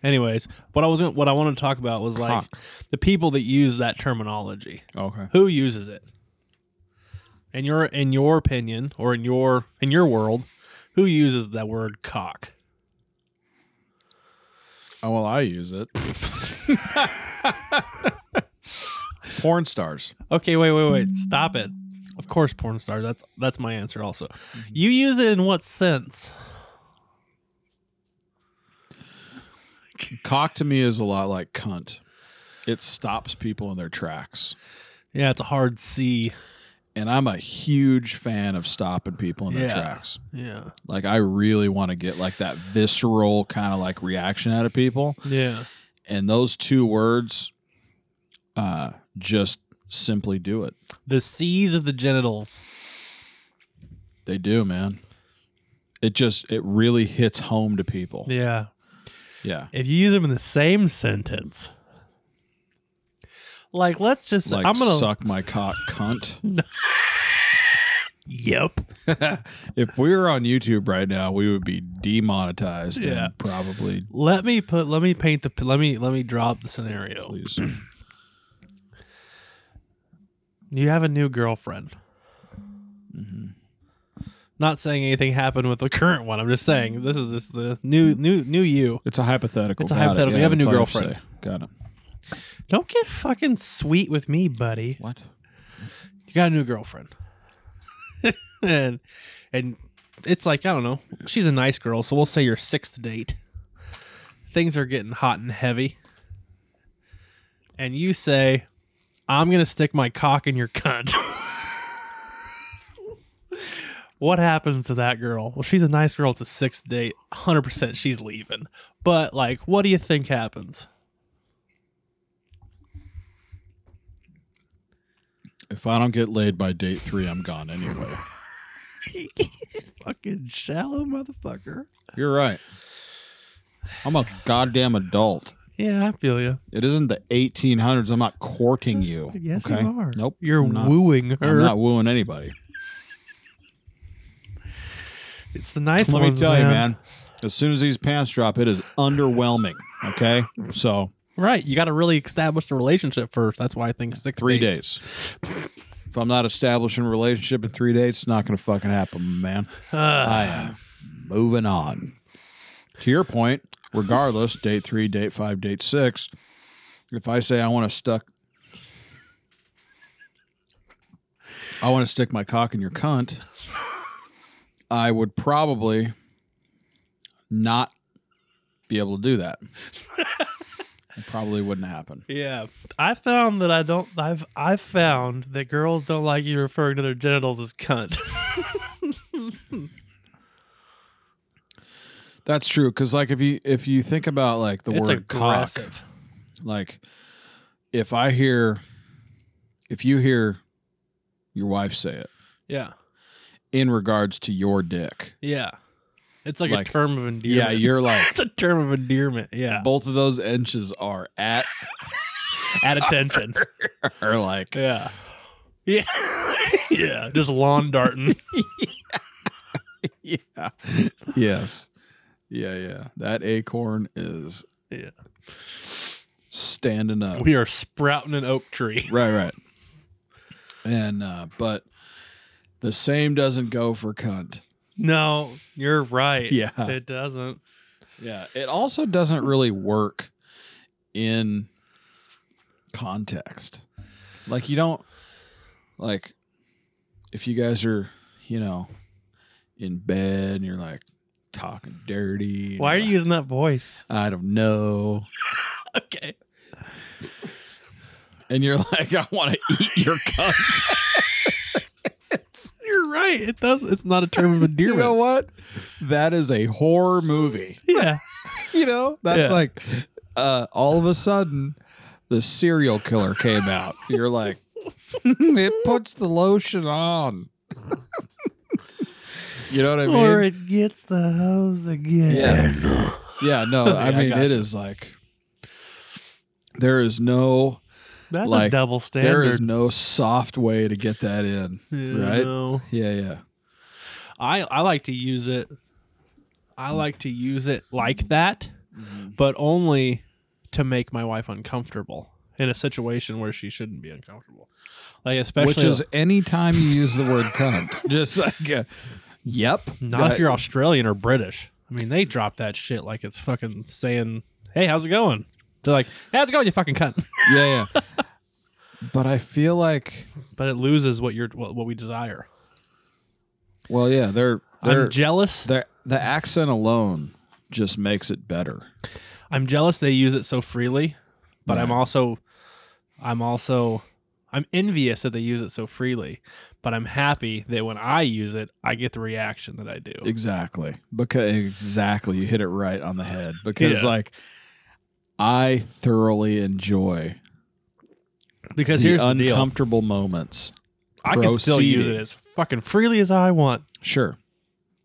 Anyways, what I was gonna, what I wanted to talk about was like Cock. the people that use that terminology. okay. Who uses it? In your in your opinion or in your in your world, who uses that word cock? Oh well, I use it. Porn stars. Okay, wait, wait, wait. Stop it. Of course, porn star. That's that's my answer. Also, you use it in what sense? Cock to me is a lot like cunt. It stops people in their tracks. Yeah, it's a hard C. And I'm a huge fan of stopping people in their Yeah. tracks. Yeah, Like I really want to get like that visceral kind of like reaction out of people. yeah, And those two words uh just simply do it. the C's of the genitals. They do, man. It just it really hits home to people. Yeah, Yeah. if you use them in the same sentence, like let's just Like I'm gonna suck my cock cunt. yep. if we were on YouTube right now, we would be demonetized. Yeah. and probably. Let me put. Let me paint the. Let me let me drop the scenario. Please. You have a new girlfriend. Mm-hmm. Not saying anything happened with the current one. I'm just saying this is this the new new new you. It's a hypothetical. It's a Got it. hypothetical. You have a that's new all I to girlfriend. say. Got it. Don't get fucking sweet with me, buddy. What? You got a new girlfriend, and and it's like I don't know. She's a nice girl, so we'll say your sixth date. Things are getting hot and heavy, and you say, "I'm gonna stick my cock in your cunt." what happens to that girl? Well, she's a nice girl. It's a sixth date. 100 percent, she's leaving. But like, what do you think happens? If I don't get laid by date three, I'm gone anyway. Fucking shallow motherfucker. You're right. I'm a goddamn adult. Yeah, I feel you. It isn't the 1800s. I'm not courting you. Yes, okay? you are. Nope. You're I'm not. wooing her. I'm not wooing anybody. It's the nice Let ones. me tell you, man. As soon as these pants drop, it is underwhelming. Okay, so Right. You got to really establish the relationship first. That's why I think six three dates. days. If I'm not establishing a relationship in three days, it's not going to fucking happen, man. I am Uh, moving on. To your point, regardless, date three, date five, date six, if I say I want to stuck, I want to stick my cock in your cunt, I would probably not be able to do that. it probably wouldn't happen. Yeah. I found that I don't. I've I've found that girls don't like you referring to their genitals as cunt. That's true. Because like if you if you think about like the it's word cock, aggressive. like if I hear, if you hear your wife say it Yeah. in regards to your dick, Yeah. It's like, Like- a term of endearment. yeah, you're like It's a term of endearment. Yeah. both of those inches are at At attention. or like Yeah. yeah. yeah. Just lawn darting. yeah, yes, yeah, yeah. That acorn is Yeah. standing up. We are sprouting an oak tree. right right and uh but the same doesn't go for cunt No, you're right. Yeah. It doesn't. yeah it also doesn't really work in context like you don't like if you guys are you know in bed and you're like talking dirty and Why are you're you using that voice? like, i don't know Okay. and you're like i want to eat your cunt You're right. It does. It's Not a term of you know endearment. what that is a horror movie yeah. you know that's Yeah. like uh all of a sudden the serial killer came out you're like "Hmm, it puts the lotion on you know what i mean or it gets the hose again. yeah yeah no Yeah, i I mean it gotcha. is like there is no That's Like, a double there is standard. no soft way to get that in right No. yeah yeah I, I like to use it. I like to use it like that, Mm-hmm. but only to make my wife uncomfortable in a situation where she shouldn't be uncomfortable. Like especially which is any time you use the word cunt just like uh, yep not Uh, if you're Australian or British. I mean, they drop that shit like it's fucking saying, "Hey, how's it going?" They're like, "Hey, "How's it going, you fucking cunt?" yeah yeah but i feel like But it loses what you're what, what we desire. Well, yeah, they're they're I'm jealous. they're the accent alone just makes it better. I'm jealous they use it so freely, but I'm Right. also I'm also I'm envious that they use it so freely, but I'm happy that when I use it, I get the reaction that I do. Exactly. Because exactly, you hit it right on the head because Yeah. like I thoroughly enjoy Because the here's the deal. uncomfortable moments. I can still use it proceeding. as fucking free. Freely as I want. Sure.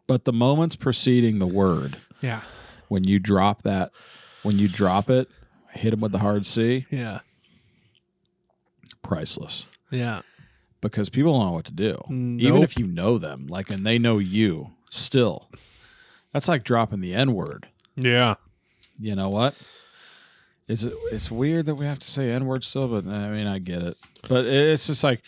But the moments preceding the word, Yeah. when you drop that, when you drop it, hit them with the hard C, Yeah. priceless. Yeah. because people don't know what to do. Even Nope. if you know them, like, and they know you still. That's like dropping the N word. Yeah. You know what? Is it? It's weird that we have to say N word still, but I mean, I get it. But it's just like,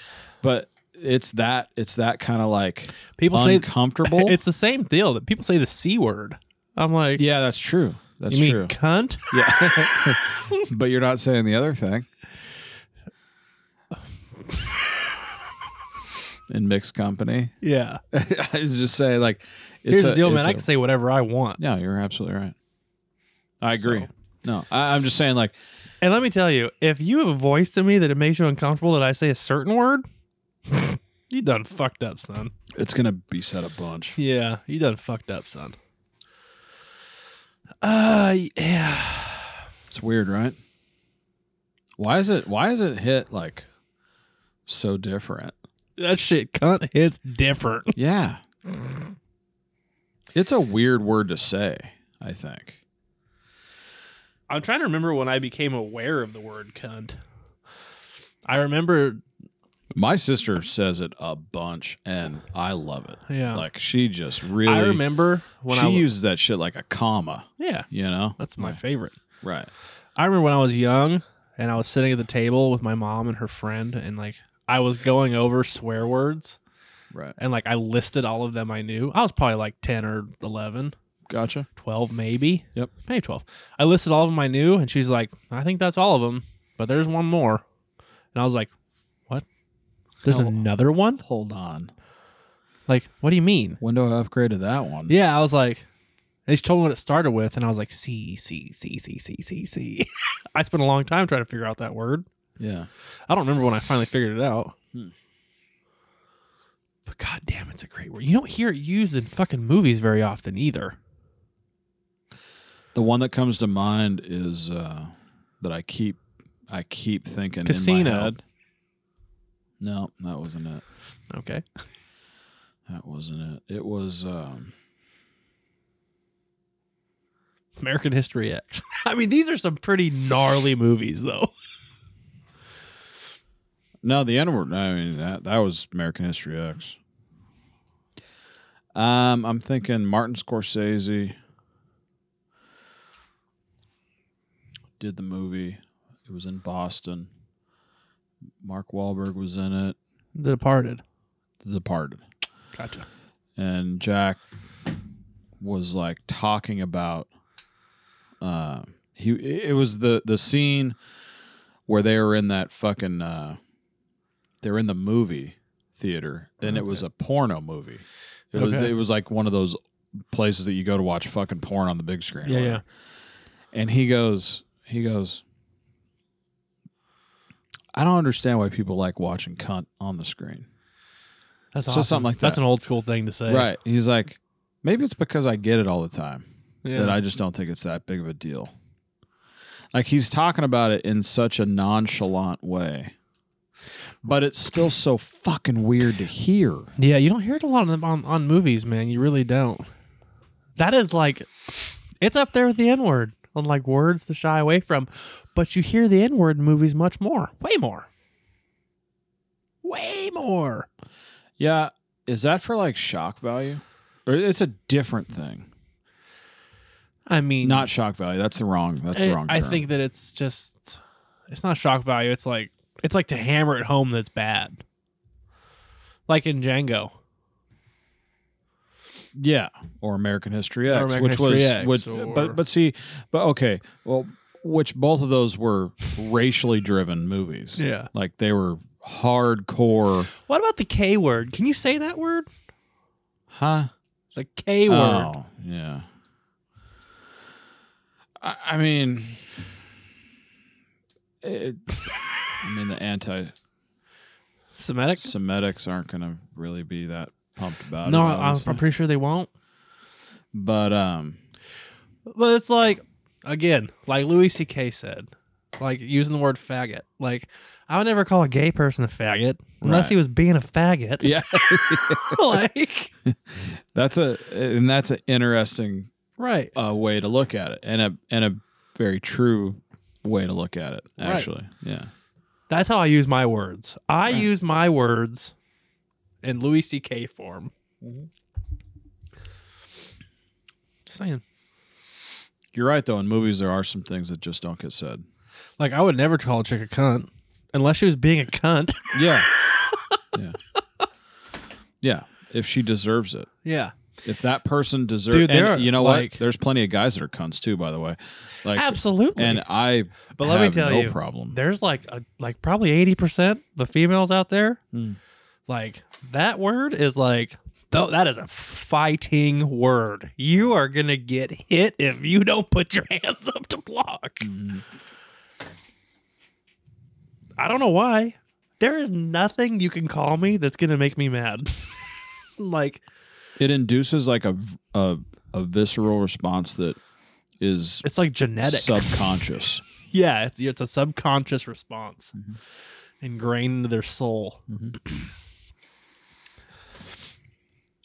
but it's that. It's that kind of like People say uncomfortable. It's the same deal that people say the C word. I'm like, yeah, that's true. That's you mean true. cunt? Yeah, but you're not saying the other thing. In mixed company, Yeah. I was just saying, like, it's Here's a, the deal, it's man. I a- can say whatever I want. No, you're absolutely right. I agree. So- No, I, I'm just saying, like, And let me tell you, if you have a voice to me that it makes you uncomfortable that I say a certain word, You done fucked up, son. it's gonna be said a bunch. Yeah, you done fucked up, son. Uh, yeah. It's weird, right? Why is it? Why is it hit like so different? That shit, cunt, hits different. Yeah, it's a weird word to say. I think. I'm trying to remember when I became aware of the word cunt. I remember, My sister says it a bunch, and I love it. Yeah. like she just really. I remember when she I was, uses that shit like a comma. yeah, You know, that's my favorite. right? I remember when I was young and I was sitting at the table with my mom and her friend, and like I was going over swear words Right. and like I listed all of them I knew. I was probably like 10 or 11, Gotcha. 12 maybe. Yep. Maybe 12. I listed all of them I knew and she's like, "I think that's all of them, but there's one more." And I was like, "What? There's Hell. another one?" Hold on. Like, what do you mean? When do I upgrade to that one? Yeah, I was like, they told me what it started with, and I was like, C, C, C, C, C, C, C. I spent a long time trying to figure out that word. Yeah. I don't remember when I finally figured it out. Hmm. But god damn, it's a great word. You don't hear it used in fucking movies very often either. The one that comes to mind is uh, that I keep I keep thinking In Casino. my head. No, that wasn't it. Okay. That wasn't it. It was um, American History X. I mean, these are some pretty gnarly movies though. no the N word. I mean that that was American History X. Um, I'm thinking Martin Scorsese did the movie. It was in Boston. Mark Wahlberg was in it. The Departed. The Departed. Gotcha. and Jack was like talking about uh he it was the the scene where they were in that fucking uh they were in the movie theater and it was a porno movie. It was Okay. it was like one of those places that you go to watch fucking porn on the big screen. or Yeah, whatever. And he goes he goes I don't understand why people like watching cunt on the screen. That's So awesome. something like That's that. an old school thing to say. Right. He's like, maybe it's because I get it all the time Yeah. that I just don't think it's that big of a deal. Like he's talking about it in such a nonchalant way, but it's still so fucking weird to hear. Yeah, you don't hear it a lot on, on, on movies, man. You really don't. That is like, it's up there with the N word on like words to shy away from, but you hear the N word in movies much more, way more, way more. Yeah. Is that for like shock value? Or it's a different thing. I mean, Not shock value. That's the wrong. That's the I- wrong. I term. think that it's just, it's not shock value. It's like, it's like to hammer it home that's bad. Like in Django, Yeah, or American History X, American which History was X, which, or- but but see, but okay, well, which both of those were racially driven movies. Yeah. like they were hardcore, what about the K word? Can you say that word? huh? The K word. Oh, yeah. I, I mean, it, I mean the anti-Semitics Semitic? aren't going to really be that pumped about No, it. I- I'm, obviously. I'm pretty sure they won't. but um, But it's like, again, like Louis C.K. said, like using the word faggot. Like, I would never call a gay person a faggot unless Right. he was being a faggot. yeah, like, that's a and that's an interesting right. a way to look at it and a and a very true way to look at it actually yeah That's how I use my words. I use my words in Louis C.K. form. Mm-hmm. Just saying. you're right though in movies there are some things that just don't get said Like, I would never call a chick a cunt unless she was being a cunt. yeah yeah yeah if she deserves it yeah. if that person deserves Dude, there are, you know like- what there's plenty of guys that are cunts too by the way like Absolutely. and i But let me have tell no you, problem There's like a, like probably eighty percent the females out there. Hmm. Like that word is like though that is a fighting word. You are gonna get hit if you don't put your hands up to block. I don't know why. There is nothing you can call me that's gonna make me mad. like it induces like a a, a visceral response that is it's like genetic. subconscious Yeah, it's it's a subconscious response Mm-hmm. ingrained into their soul.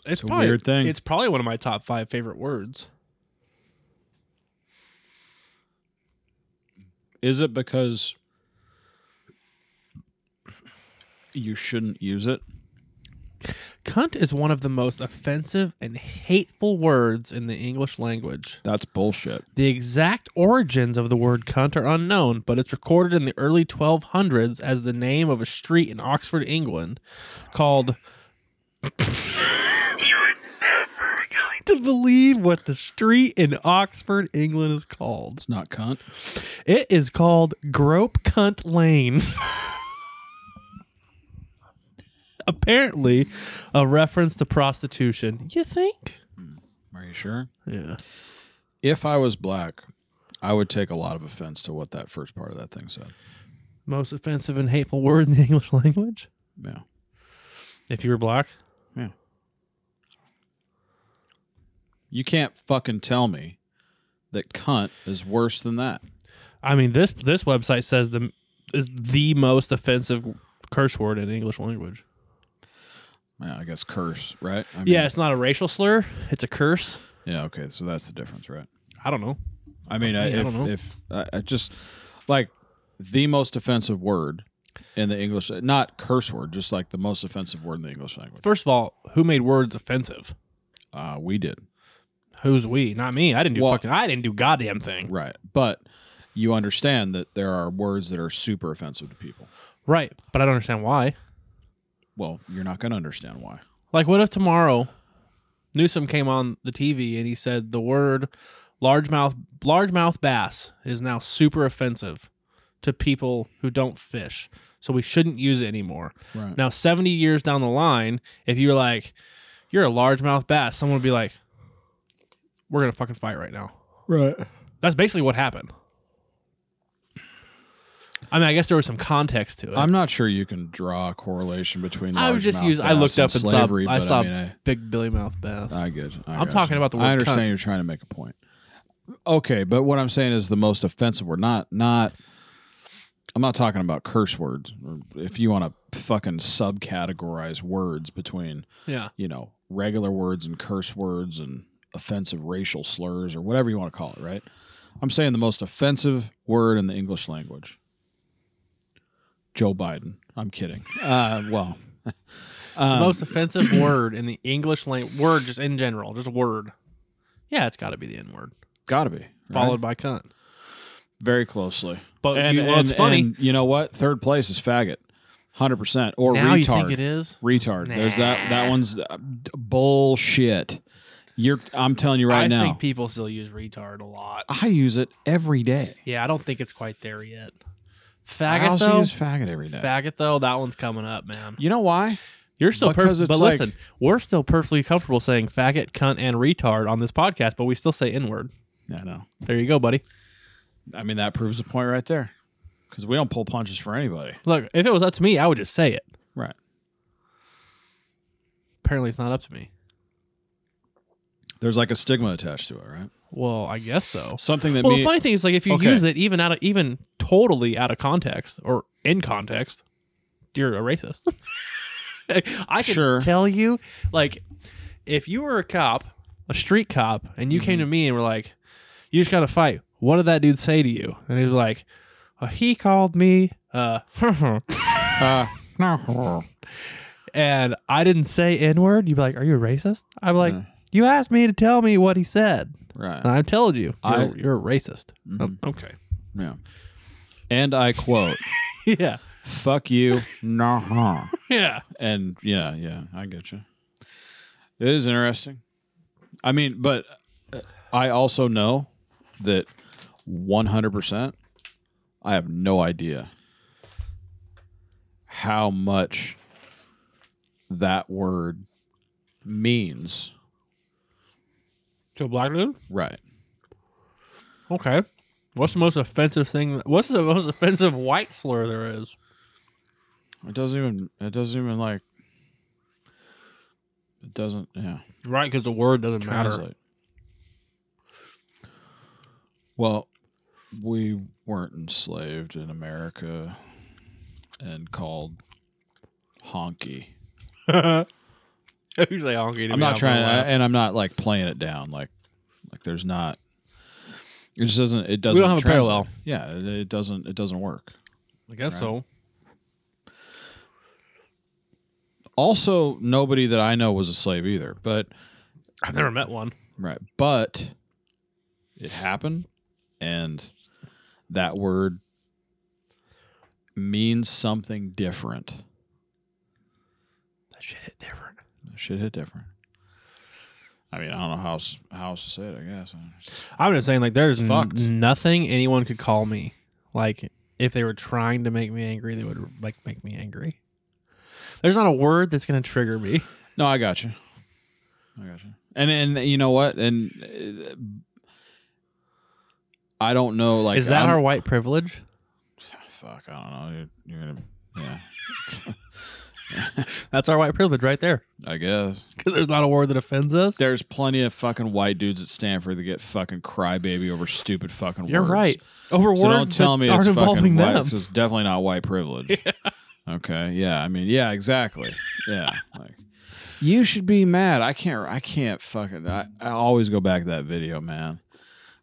It's, a probably, weird thing. It's probably one of my top five favorite words. Is it because you shouldn't use it? Cunt is one of the most offensive and hateful words in the English language. That's bullshit. The exact origins of the word cunt are unknown, but it's recorded in the early 1200s as the name of a street in Oxford, England, called. to believe what the street in Oxford, England is called. It's not cunt. It is called Grope Cunt Lane. Apparently, a reference to prostitution. You think? Are you sure? Yeah. If I was black, I would take a lot of offense to what that first part of that thing said. Most offensive and hateful word in the English language? Yeah. If you were black? You can't fucking tell me that cunt is worse than that. I mean, this this website says the is the most offensive curse word in English language. Yeah, I guess curse, right? I mean- Yeah, it's not a racial slur; it's a curse. Yeah. Okay. So that's the difference, right? I don't know. I mean, I, Hey, I if, don't know. if I, I just like the most offensive word in the English, not curse word, just like the most offensive word in the English language. First of all, who made words offensive? Uh, we did Who's we? Not me. I didn't do Well- fucking. I didn't do goddamn thing. right, but you understand that there are words that are super offensive to people. Right, but I don't understand why. Well, you're not going to understand why. Like, what if tomorrow Newsom came on the TV and he said the word largemouth largemouth bass is now super offensive to people who don't fish, so we shouldn't use it anymore. Right. Now, seventy years down the line, if you're like you're a largemouth bass, someone would be like, "We're gonna fucking fight right now." Right. That's basically what happened. I mean, I guess there was some context to it. I'm not sure you can draw a correlation between. I was just largemouth using. I bass looked up and slavery, saw. I but saw I, mean, I, big billy mouth bass. I get. I I'm got talking you. about the word I understand cunt. you're trying to make a point. Okay, but what I'm saying is the most offensive word, not not. I'm not talking about curse words. or If you want to fucking subcategorize words between, yeah. you know, regular words and curse words and offensive racial slurs or whatever you want to call it, right? I'm saying the most offensive word in the English language. Joe Biden. I'm kidding. Uh, well, Um, the most offensive word in the English language, word just in general, just a word. Yeah, it's got to be the N word, gotta be followed by cunt. very closely. But you- well, it's funny. and you know what? Third place is faggot, hundred percent. Or now retard. you think it is? Retard. There's that. That one's uh, d- bullshit. You're. I'm telling you right I now. think people still use retard a lot. I use it every day. Yeah, I don't think it's quite there yet. I Faggot also though, use faggot every day. faggot though, that one's coming up, man. you know why? You're still Because perfect, it's but like- listen, we're still perfectly comfortable saying faggot, cunt, and retard on this podcast, but we still say N word. I know. There you go, buddy. I mean, that proves a point right there. Because we don't pull punches for anybody. Look, if it was up to me, I would just say it. Right. Apparently, it's not up to me. There's like a stigma attached to it, right? Well, I guess so. Something that Well, me- the funny thing is, like, if you Okay. use it even out of even totally out of context or in context, you're a racist. I can Sure. tell you, like, if you were a cop, a street cop, and you Mm-hmm. came to me and were like, "You just got to fight," what did that dude say to you? And he was like, uh, "He called me," uh, uh, and I didn't say N word. You'd be like, "Are you a racist?" I'm like, "You asked me to tell me what he said." Right. And I told you, you're, I- you're a racist. Mhm. Okay. yeah. And I quote, Yeah. fuck you. Nah. Yeah. and yeah, yeah, I get you. It is interesting. I mean, but uh, I also know that 100%, I have no idea how much that word means. To a black dude? Right. Okay. What's the most offensive thing? What's the most offensive white slur there is? It doesn't even, it doesn't even like, it doesn't, yeah. Right, because the word doesn't translate. Well, we weren't enslaved in America and called honky. Usually, I'll get I'm not trying, I, and I'm not like playing it down. Like, like there's not. It just doesn't. It doesn't. have a translate. parallel. Yeah, it, it doesn't. It doesn't work. I guess so. Also, nobody that I know was a slave either, but I've never met one. right, but it happened, and that word means something different. That shit hit different. Shit hit different. I mean, I don't know how else, how else to say it. I guess I'm just saying, like, there's n- It's fucked. nothing anyone could call me. Like, if they were trying to make me angry, they would like make me angry. There's not a word that's gonna trigger me. No, I got you. I got you. And and you know what? And uh, I don't know. Like, Is that I'm- our white privilege? Fuck, I don't know. You're, you're gonna, yeah. That's our white privilege right there. I guess Because there's not a word that offends us. there's plenty of fucking white dudes at Stanford that get fucking crybaby over stupid fucking. You're words. right. Over So words don't tell that me aren't it's fucking involving white. them. 'cause It's definitely not white privilege. Okay. Yeah. I mean. Yeah. Exactly. Yeah. Like, you should be mad. I can't. I can't fucking. I, I always go back to that video, man,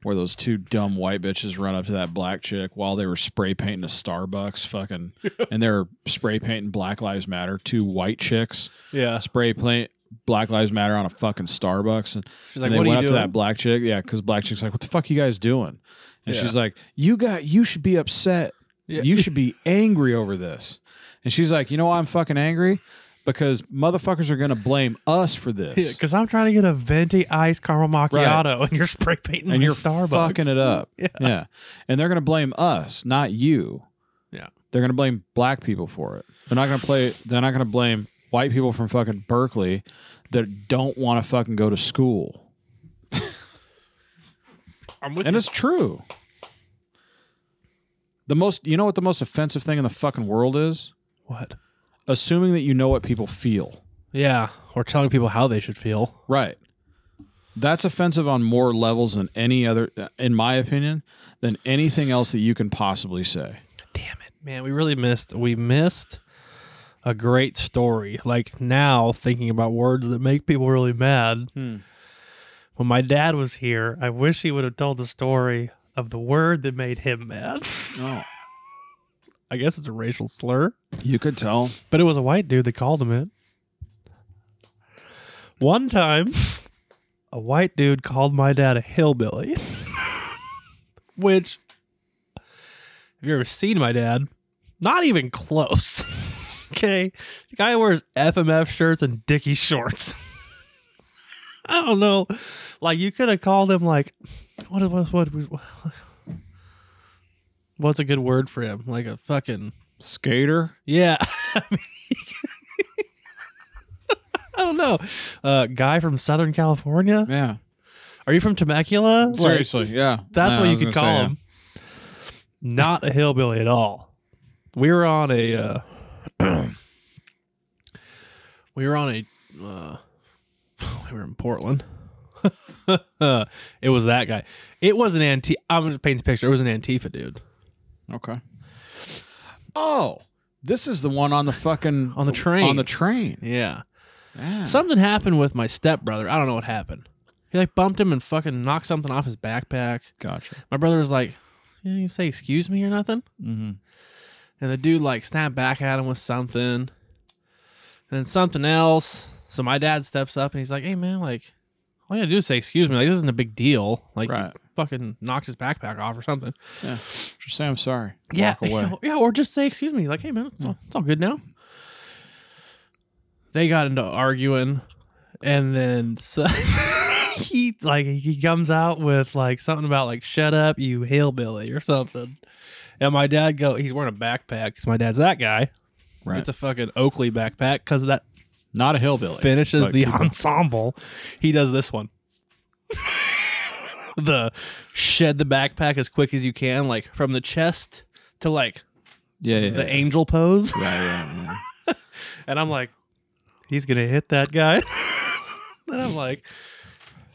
where those two dumb white bitches run up to that black chick while they were spray painting a Starbucks, fucking, and they're spray painting Black Lives Matter. Two white chicks Yeah. spray paint Black Lives Matter on a fucking Starbucks, and She's like, and they "What are went you up doing?" to that black chick, yeah, because black chick's like, "What the fuck you guys doing?" And she's like, "You got, you should be upset. You should be angry over this." And she's like, "You know why I'm fucking angry? Because motherfuckers are gonna blame us for this, Because I'm trying to get a venti iced caramel macchiato, and you're spray painting and my you're Starbucks. fucking it up. Yeah. and they're gonna blame us, not you. Yeah. they're gonna blame black people for it. They're not gonna play. They're not gonna blame white people from fucking Berkeley that don't want to fucking go to school." I'm with and you. it's true. The most, you know what the most offensive thing in the fucking world is? What? Assuming that you know what people feel. Yeah. Or telling people how they should feel. Right. That's offensive on more levels than any other, in my opinion, than anything else that you can possibly say. damn it man we really missed we missed a great story like now thinking about words that make people really mad Hmm. when my dad was here i wish he would have told the story of the word that made him mad Oh. i guess it's a racial slur You could tell. but it was a white dude that called him it one time a white dude called my dad a hillbilly which have you ever seen my dad? Not even close. okay. The guy wears FMF shirts and Dickie shorts. I don't know. Like you could have called him like what was what, what what's a good word for him? Like a fucking Skater? yeah. I mean, I don't know. Uh, guy from Southern California? Yeah. Are you from Temecula? Like, Seriously. yeah. that's Yeah, what I you was could gonna call say, him. Not a hillbilly at all. We were on a uh, we were on a uh, we were in Portland. it was that guy. It was an anti. I'm just painting the picture. It was an Antifa dude yeah. Okay. Oh, this is the one on the fucking. on the train. On the train. yeah. Yeah. Something happened with my stepbrother. I don't know what happened. He like bumped him and fucking knocked something off his backpack. Gotcha. My brother was like, "You didn't say excuse me or nothing." Mm-hmm. And the dude like snapped back at him with something. And then something else. So my dad steps up and he's like, Hey man, like all you gotta do is say excuse me. Like this isn't a big deal. Like you Right. fucking knocked his backpack off or something. Yeah. Just say I'm sorry. Yeah. Walk away. Yeah, or just say excuse me. Like, hey man, it's, all, it's all good now. They got into arguing and then so he like he comes out with like something about like shut up you hillbilly or something. And my dad go he's wearing a backpack because my dad's that guy. Right. It's a fucking Oakley backpack because that Not a hillbilly. finishes But the keep going. ensemble. He does this one. the shed the backpack as quick as you can, like from the chest to like Yeah, yeah. the yeah. angel pose. Yeah, yeah, yeah. And I'm like, he's going to hit that guy. and I'm like,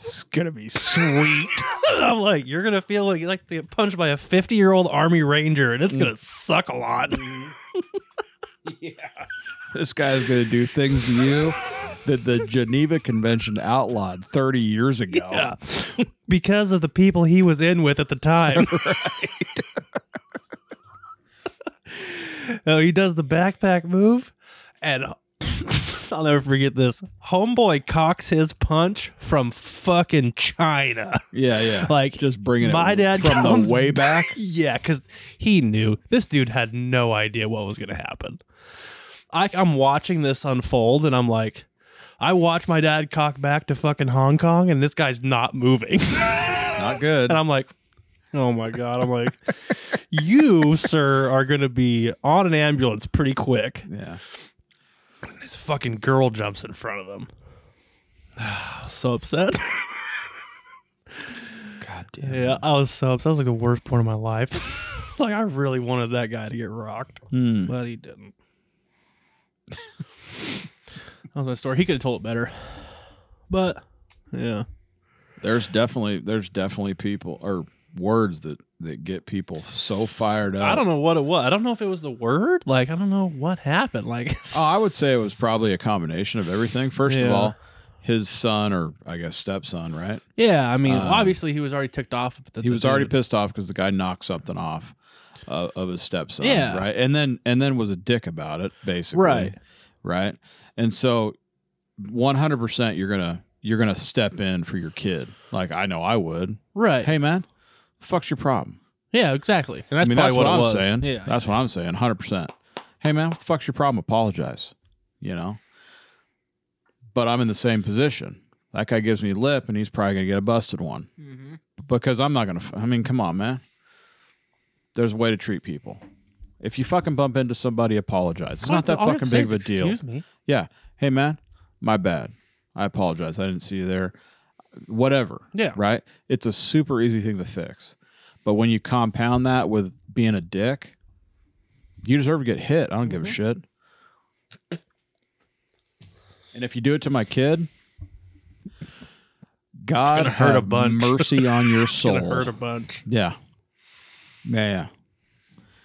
It's gonna be sweet. I'm like, you're going to feel what you like to get punched by a 50 year old Army Ranger, and it's going to suck a lot. this guy's gonna do things to you that the Geneva Convention outlawed 30 years ago. Yeah. because of the people he was in with at the time. oh, he does the backpack move, and I'll never forget this. Homeboy cocks his punch from fucking China. Yeah, yeah. Like, just bringing my it dad from comes- the way back. yeah, because he knew this dude had no idea what was going to happen. I, I'm watching this unfold, and I'm like, I watch my dad cock back to fucking Hong Kong, and this guy's not moving. Not good. And I'm like, oh my God. I'm like, you, sir, are going to be on an ambulance pretty quick. yeah. This fucking girl jumps in front of him. I was so upset. God damn. yeah, I was so upset. That was like the worst point of my life. it's like I really wanted that guy to get rocked, Hmm. but he didn't. that was my story. He could have told it better. But yeah. There's definitely there's definitely people or words that that get people so fired up. I don't know what it was. I don't know if it was the word. Like, I don't know what happened. Like, Oh, I would say it was probably a combination of everything. First of Yeah. all, his son or I guess stepson, right? Yeah, I mean, Um, obviously he was already ticked off. But He was already pissed off because the guy knocked something off uh, of his stepson, Yeah. right? And then and then was a dick about it, basically, Right. Right, and so one hundred percent, you're gonna you're gonna step in for your kid. Like I know I would. Right. Hey man, fuck's your problem? Yeah, exactly. And I that's mean, that's probably what, what, I'm it was. saying. Yeah, that's what I'm saying. Hundred percent. Hey, man, what the fuck's your problem? Apologize. You know. But I'm in the same position. That guy gives me lip, and he's probably gonna get a busted one Mm-hmm. because I'm not gonna. f- I mean, come on, man. There's a way to treat people. If you fucking bump into somebody, apologize. It's not that fucking big of a deal. Excuse me. Yeah. Hey, man, my bad. I apologize. I didn't see you there. Whatever. Yeah. Right? It's a super easy thing to fix. But when you compound that with being a dick, you deserve to get hit. I don't give a shit. And if you do it to my kid, God gonna hurt a have bunch. mercy on your soul. Gonna hurt a bunch. yeah. Yeah, yeah.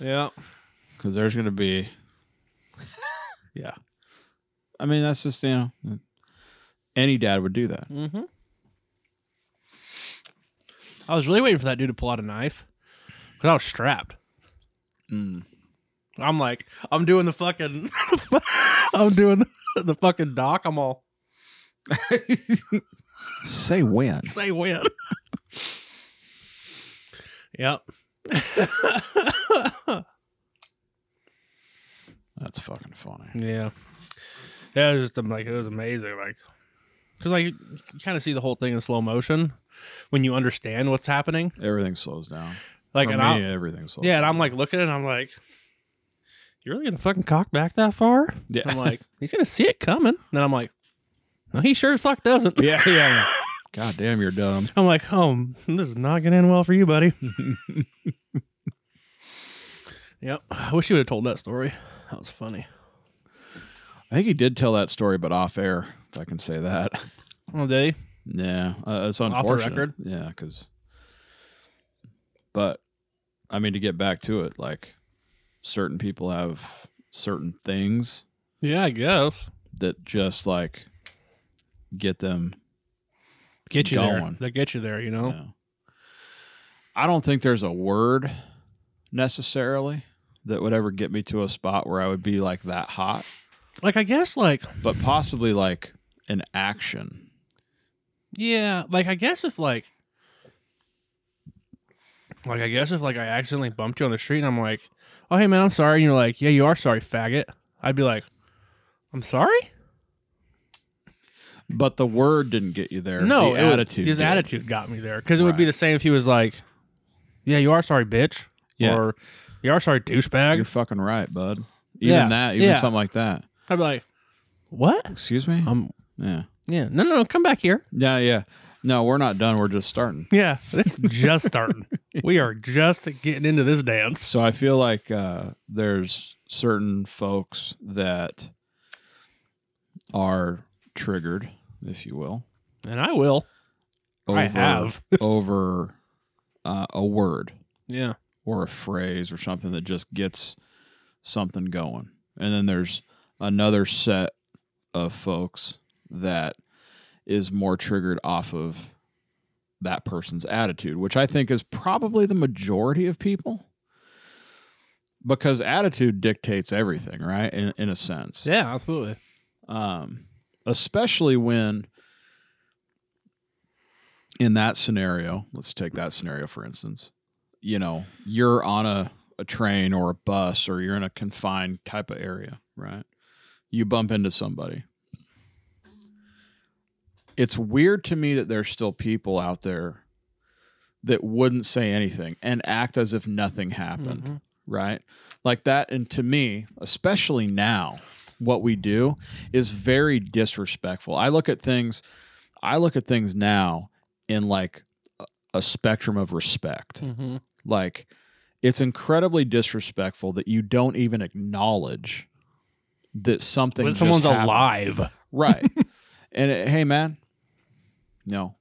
Yeah. Because there's going to be, yeah. I mean, that's just you know, any dad would do that. I was really waiting for that dude to pull out a knife because I was strapped. Mm. I'm like, I'm doing the fucking, I'm doing the, the fucking doc. I'm all Say when? say when. yep. That's fucking funny. Yeah. Yeah, it was just um, like it was amazing, like because like you, kind of see the whole thing in slow motion when you understand what's happening. Everything slows down. Like, For and me, I'm, everything slows. yeah, down. and I'm like looking and I'm like, you're really gonna fucking cock back that far? Yeah. I'm like, he's gonna see it coming. And then I'm like, no, he sure as fuck doesn't. yeah, yeah. yeah. God damn, you're dumb. I'm like, oh, this is not gonna end well for you, buddy. yep. I wish you would have told that story. That was funny. I think he did tell that story, but off air, if I can say that. Oh, did he? Yeah, uh, it's the unfortunate. record? Yeah, because. But, I mean, to get back to it, like, certain people have certain things Yeah, I guess. that just like get them Get you Going. there. They get you there, you know? you know. I don't think there's a word necessarily that would ever get me to a spot where I would be like that hot, Like, I guess, like, but possibly like an action. Yeah, like I guess if like like I guess if like I accidentally bumped you on the street and I'm like, "Oh hey man, I'm sorry." And you're like, "Yeah, you are sorry, faggot." I'd be like, "I'm sorry?" But the word didn't get you there. No, the it would- attitude. His did. attitude got me there cuz it would be Right. the same if he was like, "Yeah, you are sorry, bitch." Yeah. Or "You are sorry, douchebag." You're fucking right, bud. Even Yeah, that, even yeah. something like that. I'd be like, "What?" Excuse me. Um, yeah. Yeah. No, no, no, come back here. Yeah. Yeah. No, we're not done. We're just starting. Yeah, it's just starting. we are just getting into this dance. So I feel like uh, there's certain folks that are triggered, if you will, And I will. over, I have. over uh, a word Yeah. or a phrase or something that just gets something going. And then there's another set of folks that is more triggered off of that person's attitude, which I think is probably the majority of people because attitude dictates everything, right? In, in a sense. Yeah, absolutely. um, especially when in that scenario, let's take that scenario for instance. You know, you're on a, a train or a bus or you're in a confined type of area, right? You bump into somebody. It's weird to me that there's still people out there that wouldn't say anything and act as if nothing Mm-hmm. happened, right? Like that. And to me, especially now, what we do is very disrespectful. I look at things, I look at things now in like a- a spectrum of respect. Mhm. Like it's incredibly disrespectful that you don't even acknowledge that something When just someone's happened. alive. right? and it- hey, man, no,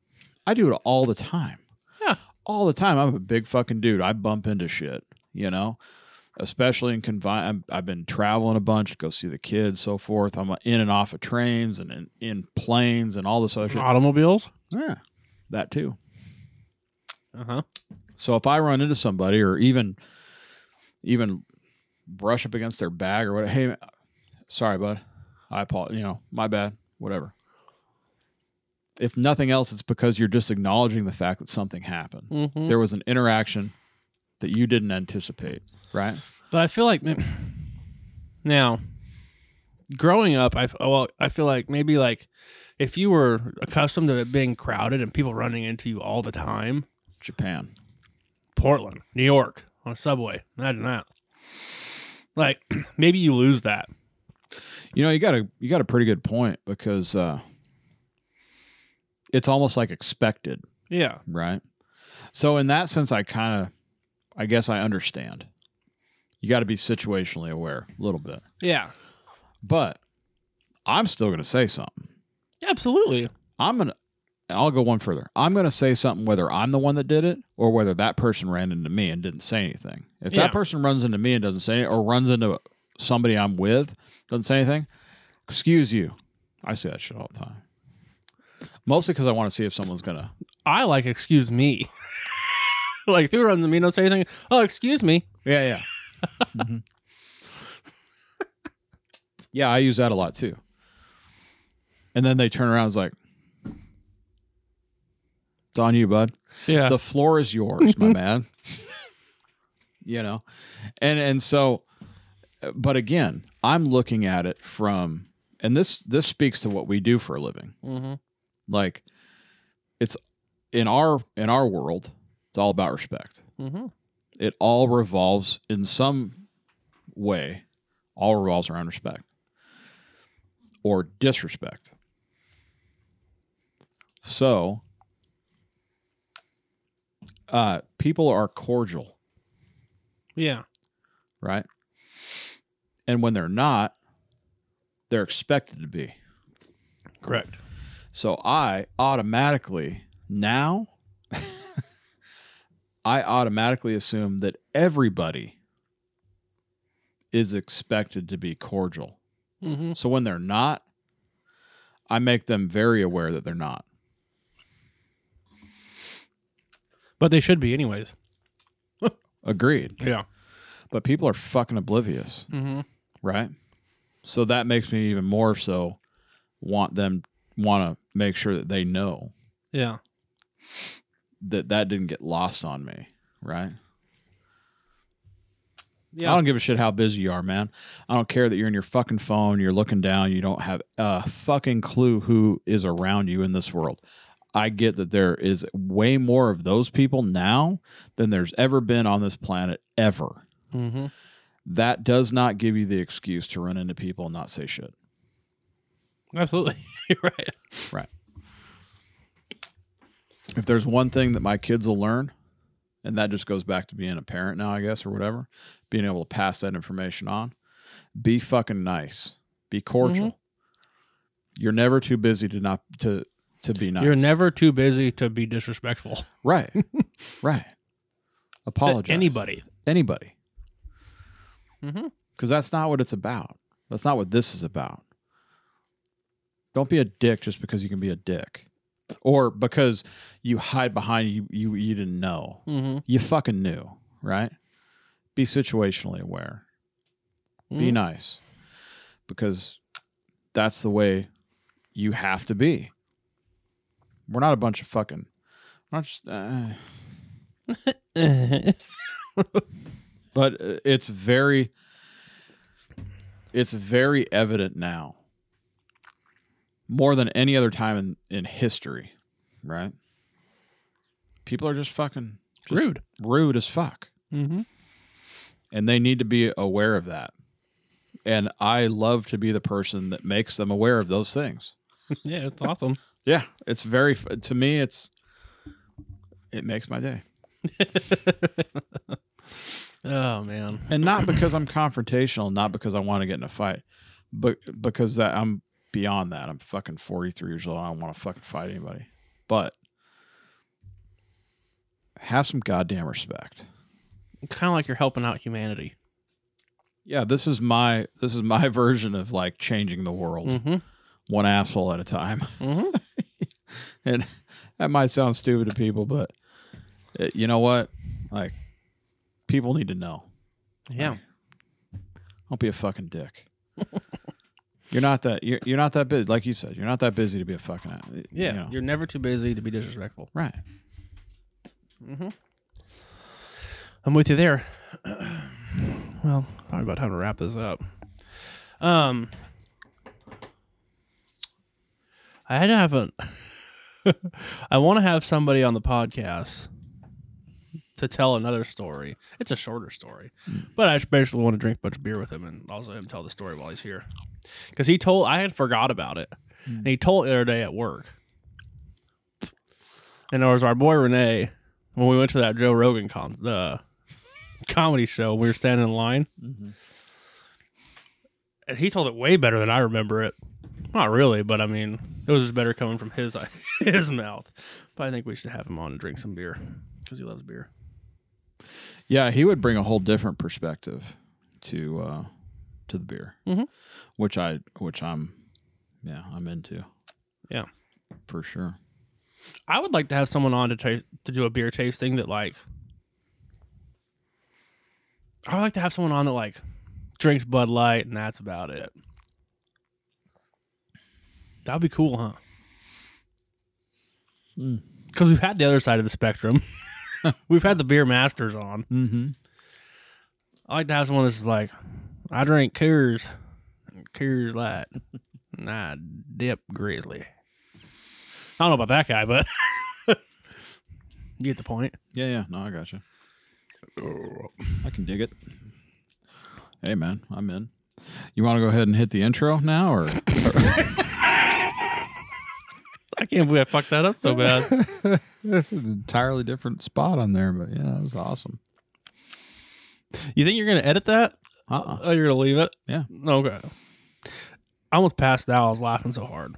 I do it all the time. Yeah. all the time. I'm a big fucking dude. I bump into shit, you know. Especially in confined, I've been traveling a bunch to go see the kids, so forth. I'm uh, in and off of trains and in, in planes and all this other shit. Automobiles. Yeah, that too. Uh huh. So if I run into somebody or even even brush up against their bag or what, hey, man, sorry, bud. I apologize. You know, my bad. Whatever. If nothing else, it's because you're just acknowledging the fact that something happened. Mhm. There was an interaction that you didn't anticipate, right? But I feel like man, now, growing up, I f- well, I feel like maybe like if you were accustomed to it being crowded and people running into you all the time, Japan. Portland, New York, on a subway, imagine that. Like maybe you lose that. You know, you got a you got a pretty good point because uh, it's almost like expected. Yeah. Right. So in that sense, I kind of, I guess I understand. You got to be situationally aware a little bit, Yeah. but I'm still going to say something. Absolutely. I'm going to, I'll go one further. I'm going to say something whether I'm the one that did it or whether that person ran into me and didn't say anything. If Yeah. that person runs into me and doesn't say it or runs into somebody I'm with, doesn't say anything, excuse you. I say that shit all the time. Mostly because I want to see if someone's going to, I like excuse me. like if you run into me and don't say anything, oh excuse me. Yeah, yeah. yeah, I use that a lot too. And then they turn around and it's like, it's on you, bud. Yeah. The floor is yours, my man. You know? And and so but again, I'm looking at it from and this this speaks to what we do for a living mm-hmm. like it's in our in our world it's all about respect Mhm. it all revolves in some way all revolves around respect or disrespect so uh people are cordial Yeah. right and when they're not they're expected to be Correct. So I automatically now I automatically assume that everybody is expected to be cordial. Mm-hmm. So when they're not, I make them very aware that they're not. But they should be anyways. Agreed. Yeah. But people are fucking oblivious, Mm-hmm. right? So that makes me even more so want them want to make sure that they know Yeah. that that didn't get lost on me, right? Yeah. I don't give a shit how busy you are, man. I don't care that you're in your fucking phone, you're looking down, you don't have a fucking clue who is around you in this world. I get that there is way more of those people now than there's ever been on this planet ever. Mm-hmm. That does not give you the excuse to run into people and not say shit. Absolutely. You're right. Right. If there's one thing that my kids will learn, and that just goes back to being a parent now, I guess, or whatever, being able to pass that information on, be fucking nice, be cordial. You're never too busy to not to to be nice. Mm-hmm. You're never too busy to be disrespectful. to right, right. Apologize Anybody. anybody. Mhm. Because that's not what it's about. That's not what this is about. Don't be a dick just because you can be a dick, or because you hide behind you you you didn't know. Mm-hmm. You fucking knew, right? Be situationally aware. Be Mhm. nice, because that's the way you have to be. We're not a bunch of fucking. We're not just. Uh, but uh, it's very. It's very evident now. More than any other time in, in history, right? People are just fucking just Rude. rude as fuck. Mm-hmm. and they need to be aware of that. And I love to be the person that makes them aware of those things. Yeah, it's awesome. Yeah, it's very to me. It's it makes my day, Oh man. and not because I'm confrontational, not because I want to get in a fight, but because that I'm beyond that. I'm fucking 43 years old. I don't want to fucking fight anybody. But have some goddamn respect. It's kind of like you're helping out humanity. Yeah, this is my this is my version of like changing the world. Mm-hmm. one asshole at a time. Mhm. and that might sound stupid to people, but uh, you know what? Like, people need to know. Yeah. Don't be a fucking dick. you're not that. You're, you're not that busy. Like you said, you're not that busy to be a fucking. a- you Yeah. know. You're never too busy to be disrespectful. right. I'm with you there. well, probably about time to wrap this up. Um, I had to have a. I want to have somebody on the podcast to tell another story. It's a shorter story, but I just basically want to drink a bunch of beer with him and also him tell the story while he's here. Because he told, I had forgot about it, and he told it the other day at work. And there was our boy Renee when we went to that Joe Rogan con- the comedy show, we were standing in line, and he told it way better than I remember it. Not really, but I mean, it was just better coming from his his mouth. But I think we should have him on and drink some beer because he loves beer. Yeah, he would bring a whole different perspective to uh to the beer, Mhm. which I which I'm yeah I'm into. Yeah. for sure. I would like to have someone on to taste to do a beer tasting that like. I would like to have someone on that like drinks Bud Light and that's about it. That'd be cool, huh? Mm. Because we've had the other side of the spectrum. we've had the beer masters on. Mm-hmm. I like to have someone that's just like, I drink Coors, and Coors Light, and I dip Grizzly. I don't know about that guy, but you get the point. Yeah, yeah. No, I got you. I can dig it. Hey, man, I'm in. You want to go ahead and hit the intro now, or I can't believe I fucked that up so bad. that's an entirely different spot on there? But yeah, that was awesome. you think you're gonna edit that? Uh-uh. Oh, you're gonna leave it? Yeah. Okay. I almost passed out. I was laughing so hard.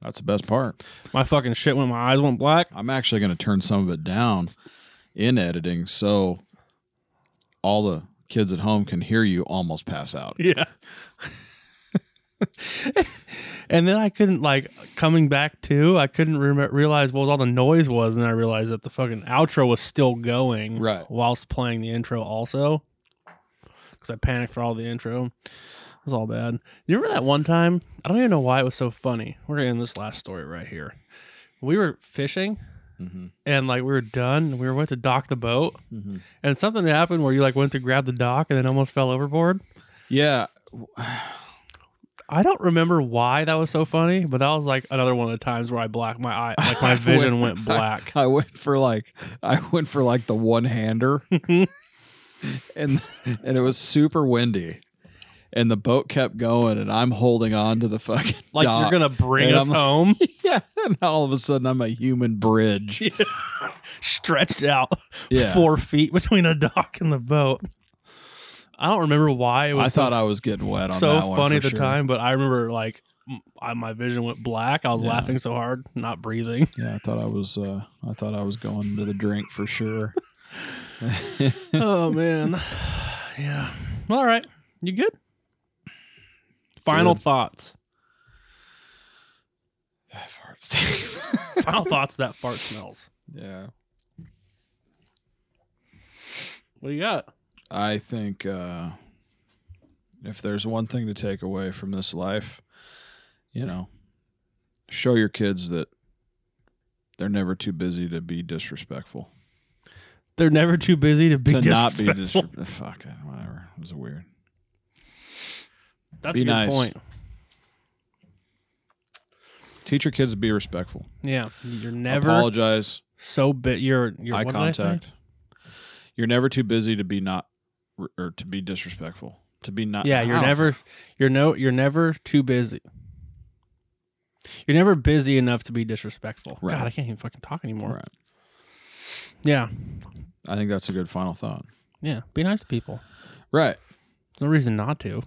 That's the best part. My fucking shit when my eyes went black. I'm actually going to turn some of it down in editing, so all the kids at home can hear you almost pass out. Yeah. and then I couldn't like coming back to. I couldn't rem- realize what all the noise was, and I realized that the fucking outro was still going Right. whilst playing the intro also. Because I panicked for all the intro. It was all bad. You remember that one time? I don't even know why it was so funny. We're gonna end this last story right here. We were fishing, and like we were done. We were went to dock the boat, and something happened where you like went to grab the dock and then almost fell overboard. Yeah, I don't remember why that was so funny, but that was like another one of the times where I blacked my eye, like my vision went black. I went for like I went for like the one hander, and and it was super windy, and the boat kept going, and I'm holding on to the fucking Like dock. you're gonna bring And us I'm- home, yeah, and all of a sudden I'm a human bridge. stretched out Yeah. four feet between a dock and the boat. I don't remember why it I was so, thought I was getting wet on so that one funny for at the sure. time, but I remember like m I my vision went black. I was Yeah. laughing so hard, not breathing. Yeah, I thought I was uh, I thought I was going to the drink for sure. oh man, yeah. All right, you good? Final Good. thoughts. yeah. Final thoughts. of That fart smells. What do you got? I think uh, if there's one thing to take away from this life, you know, show your kids that they're never too busy to be disrespectful. They're never too busy to be to not be disrespectful. disrespectful. Fuck it, whatever. It was weird. That's Be a good nice. point. Teach your kids to be respectful. Yeah, you're never Apologize. so bit. You're you're eye what did I say? contact. You're never too busy to be not or to be disrespectful. To be not. Yeah, you're I don't- never you're no you're never too busy. You're never busy enough to be disrespectful. Right. God, I can't even fucking talk anymore. Right. Yeah, I think that's a good final thought. yeah. Be nice to people. Right. There's no reason not to.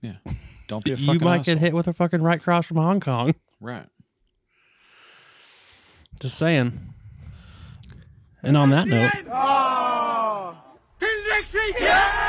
Don't be. A You fucking might asshole. get hit with a fucking right cross from Hong Kong. Right. Just saying. And on that note. Oh! Till next week! Yeah!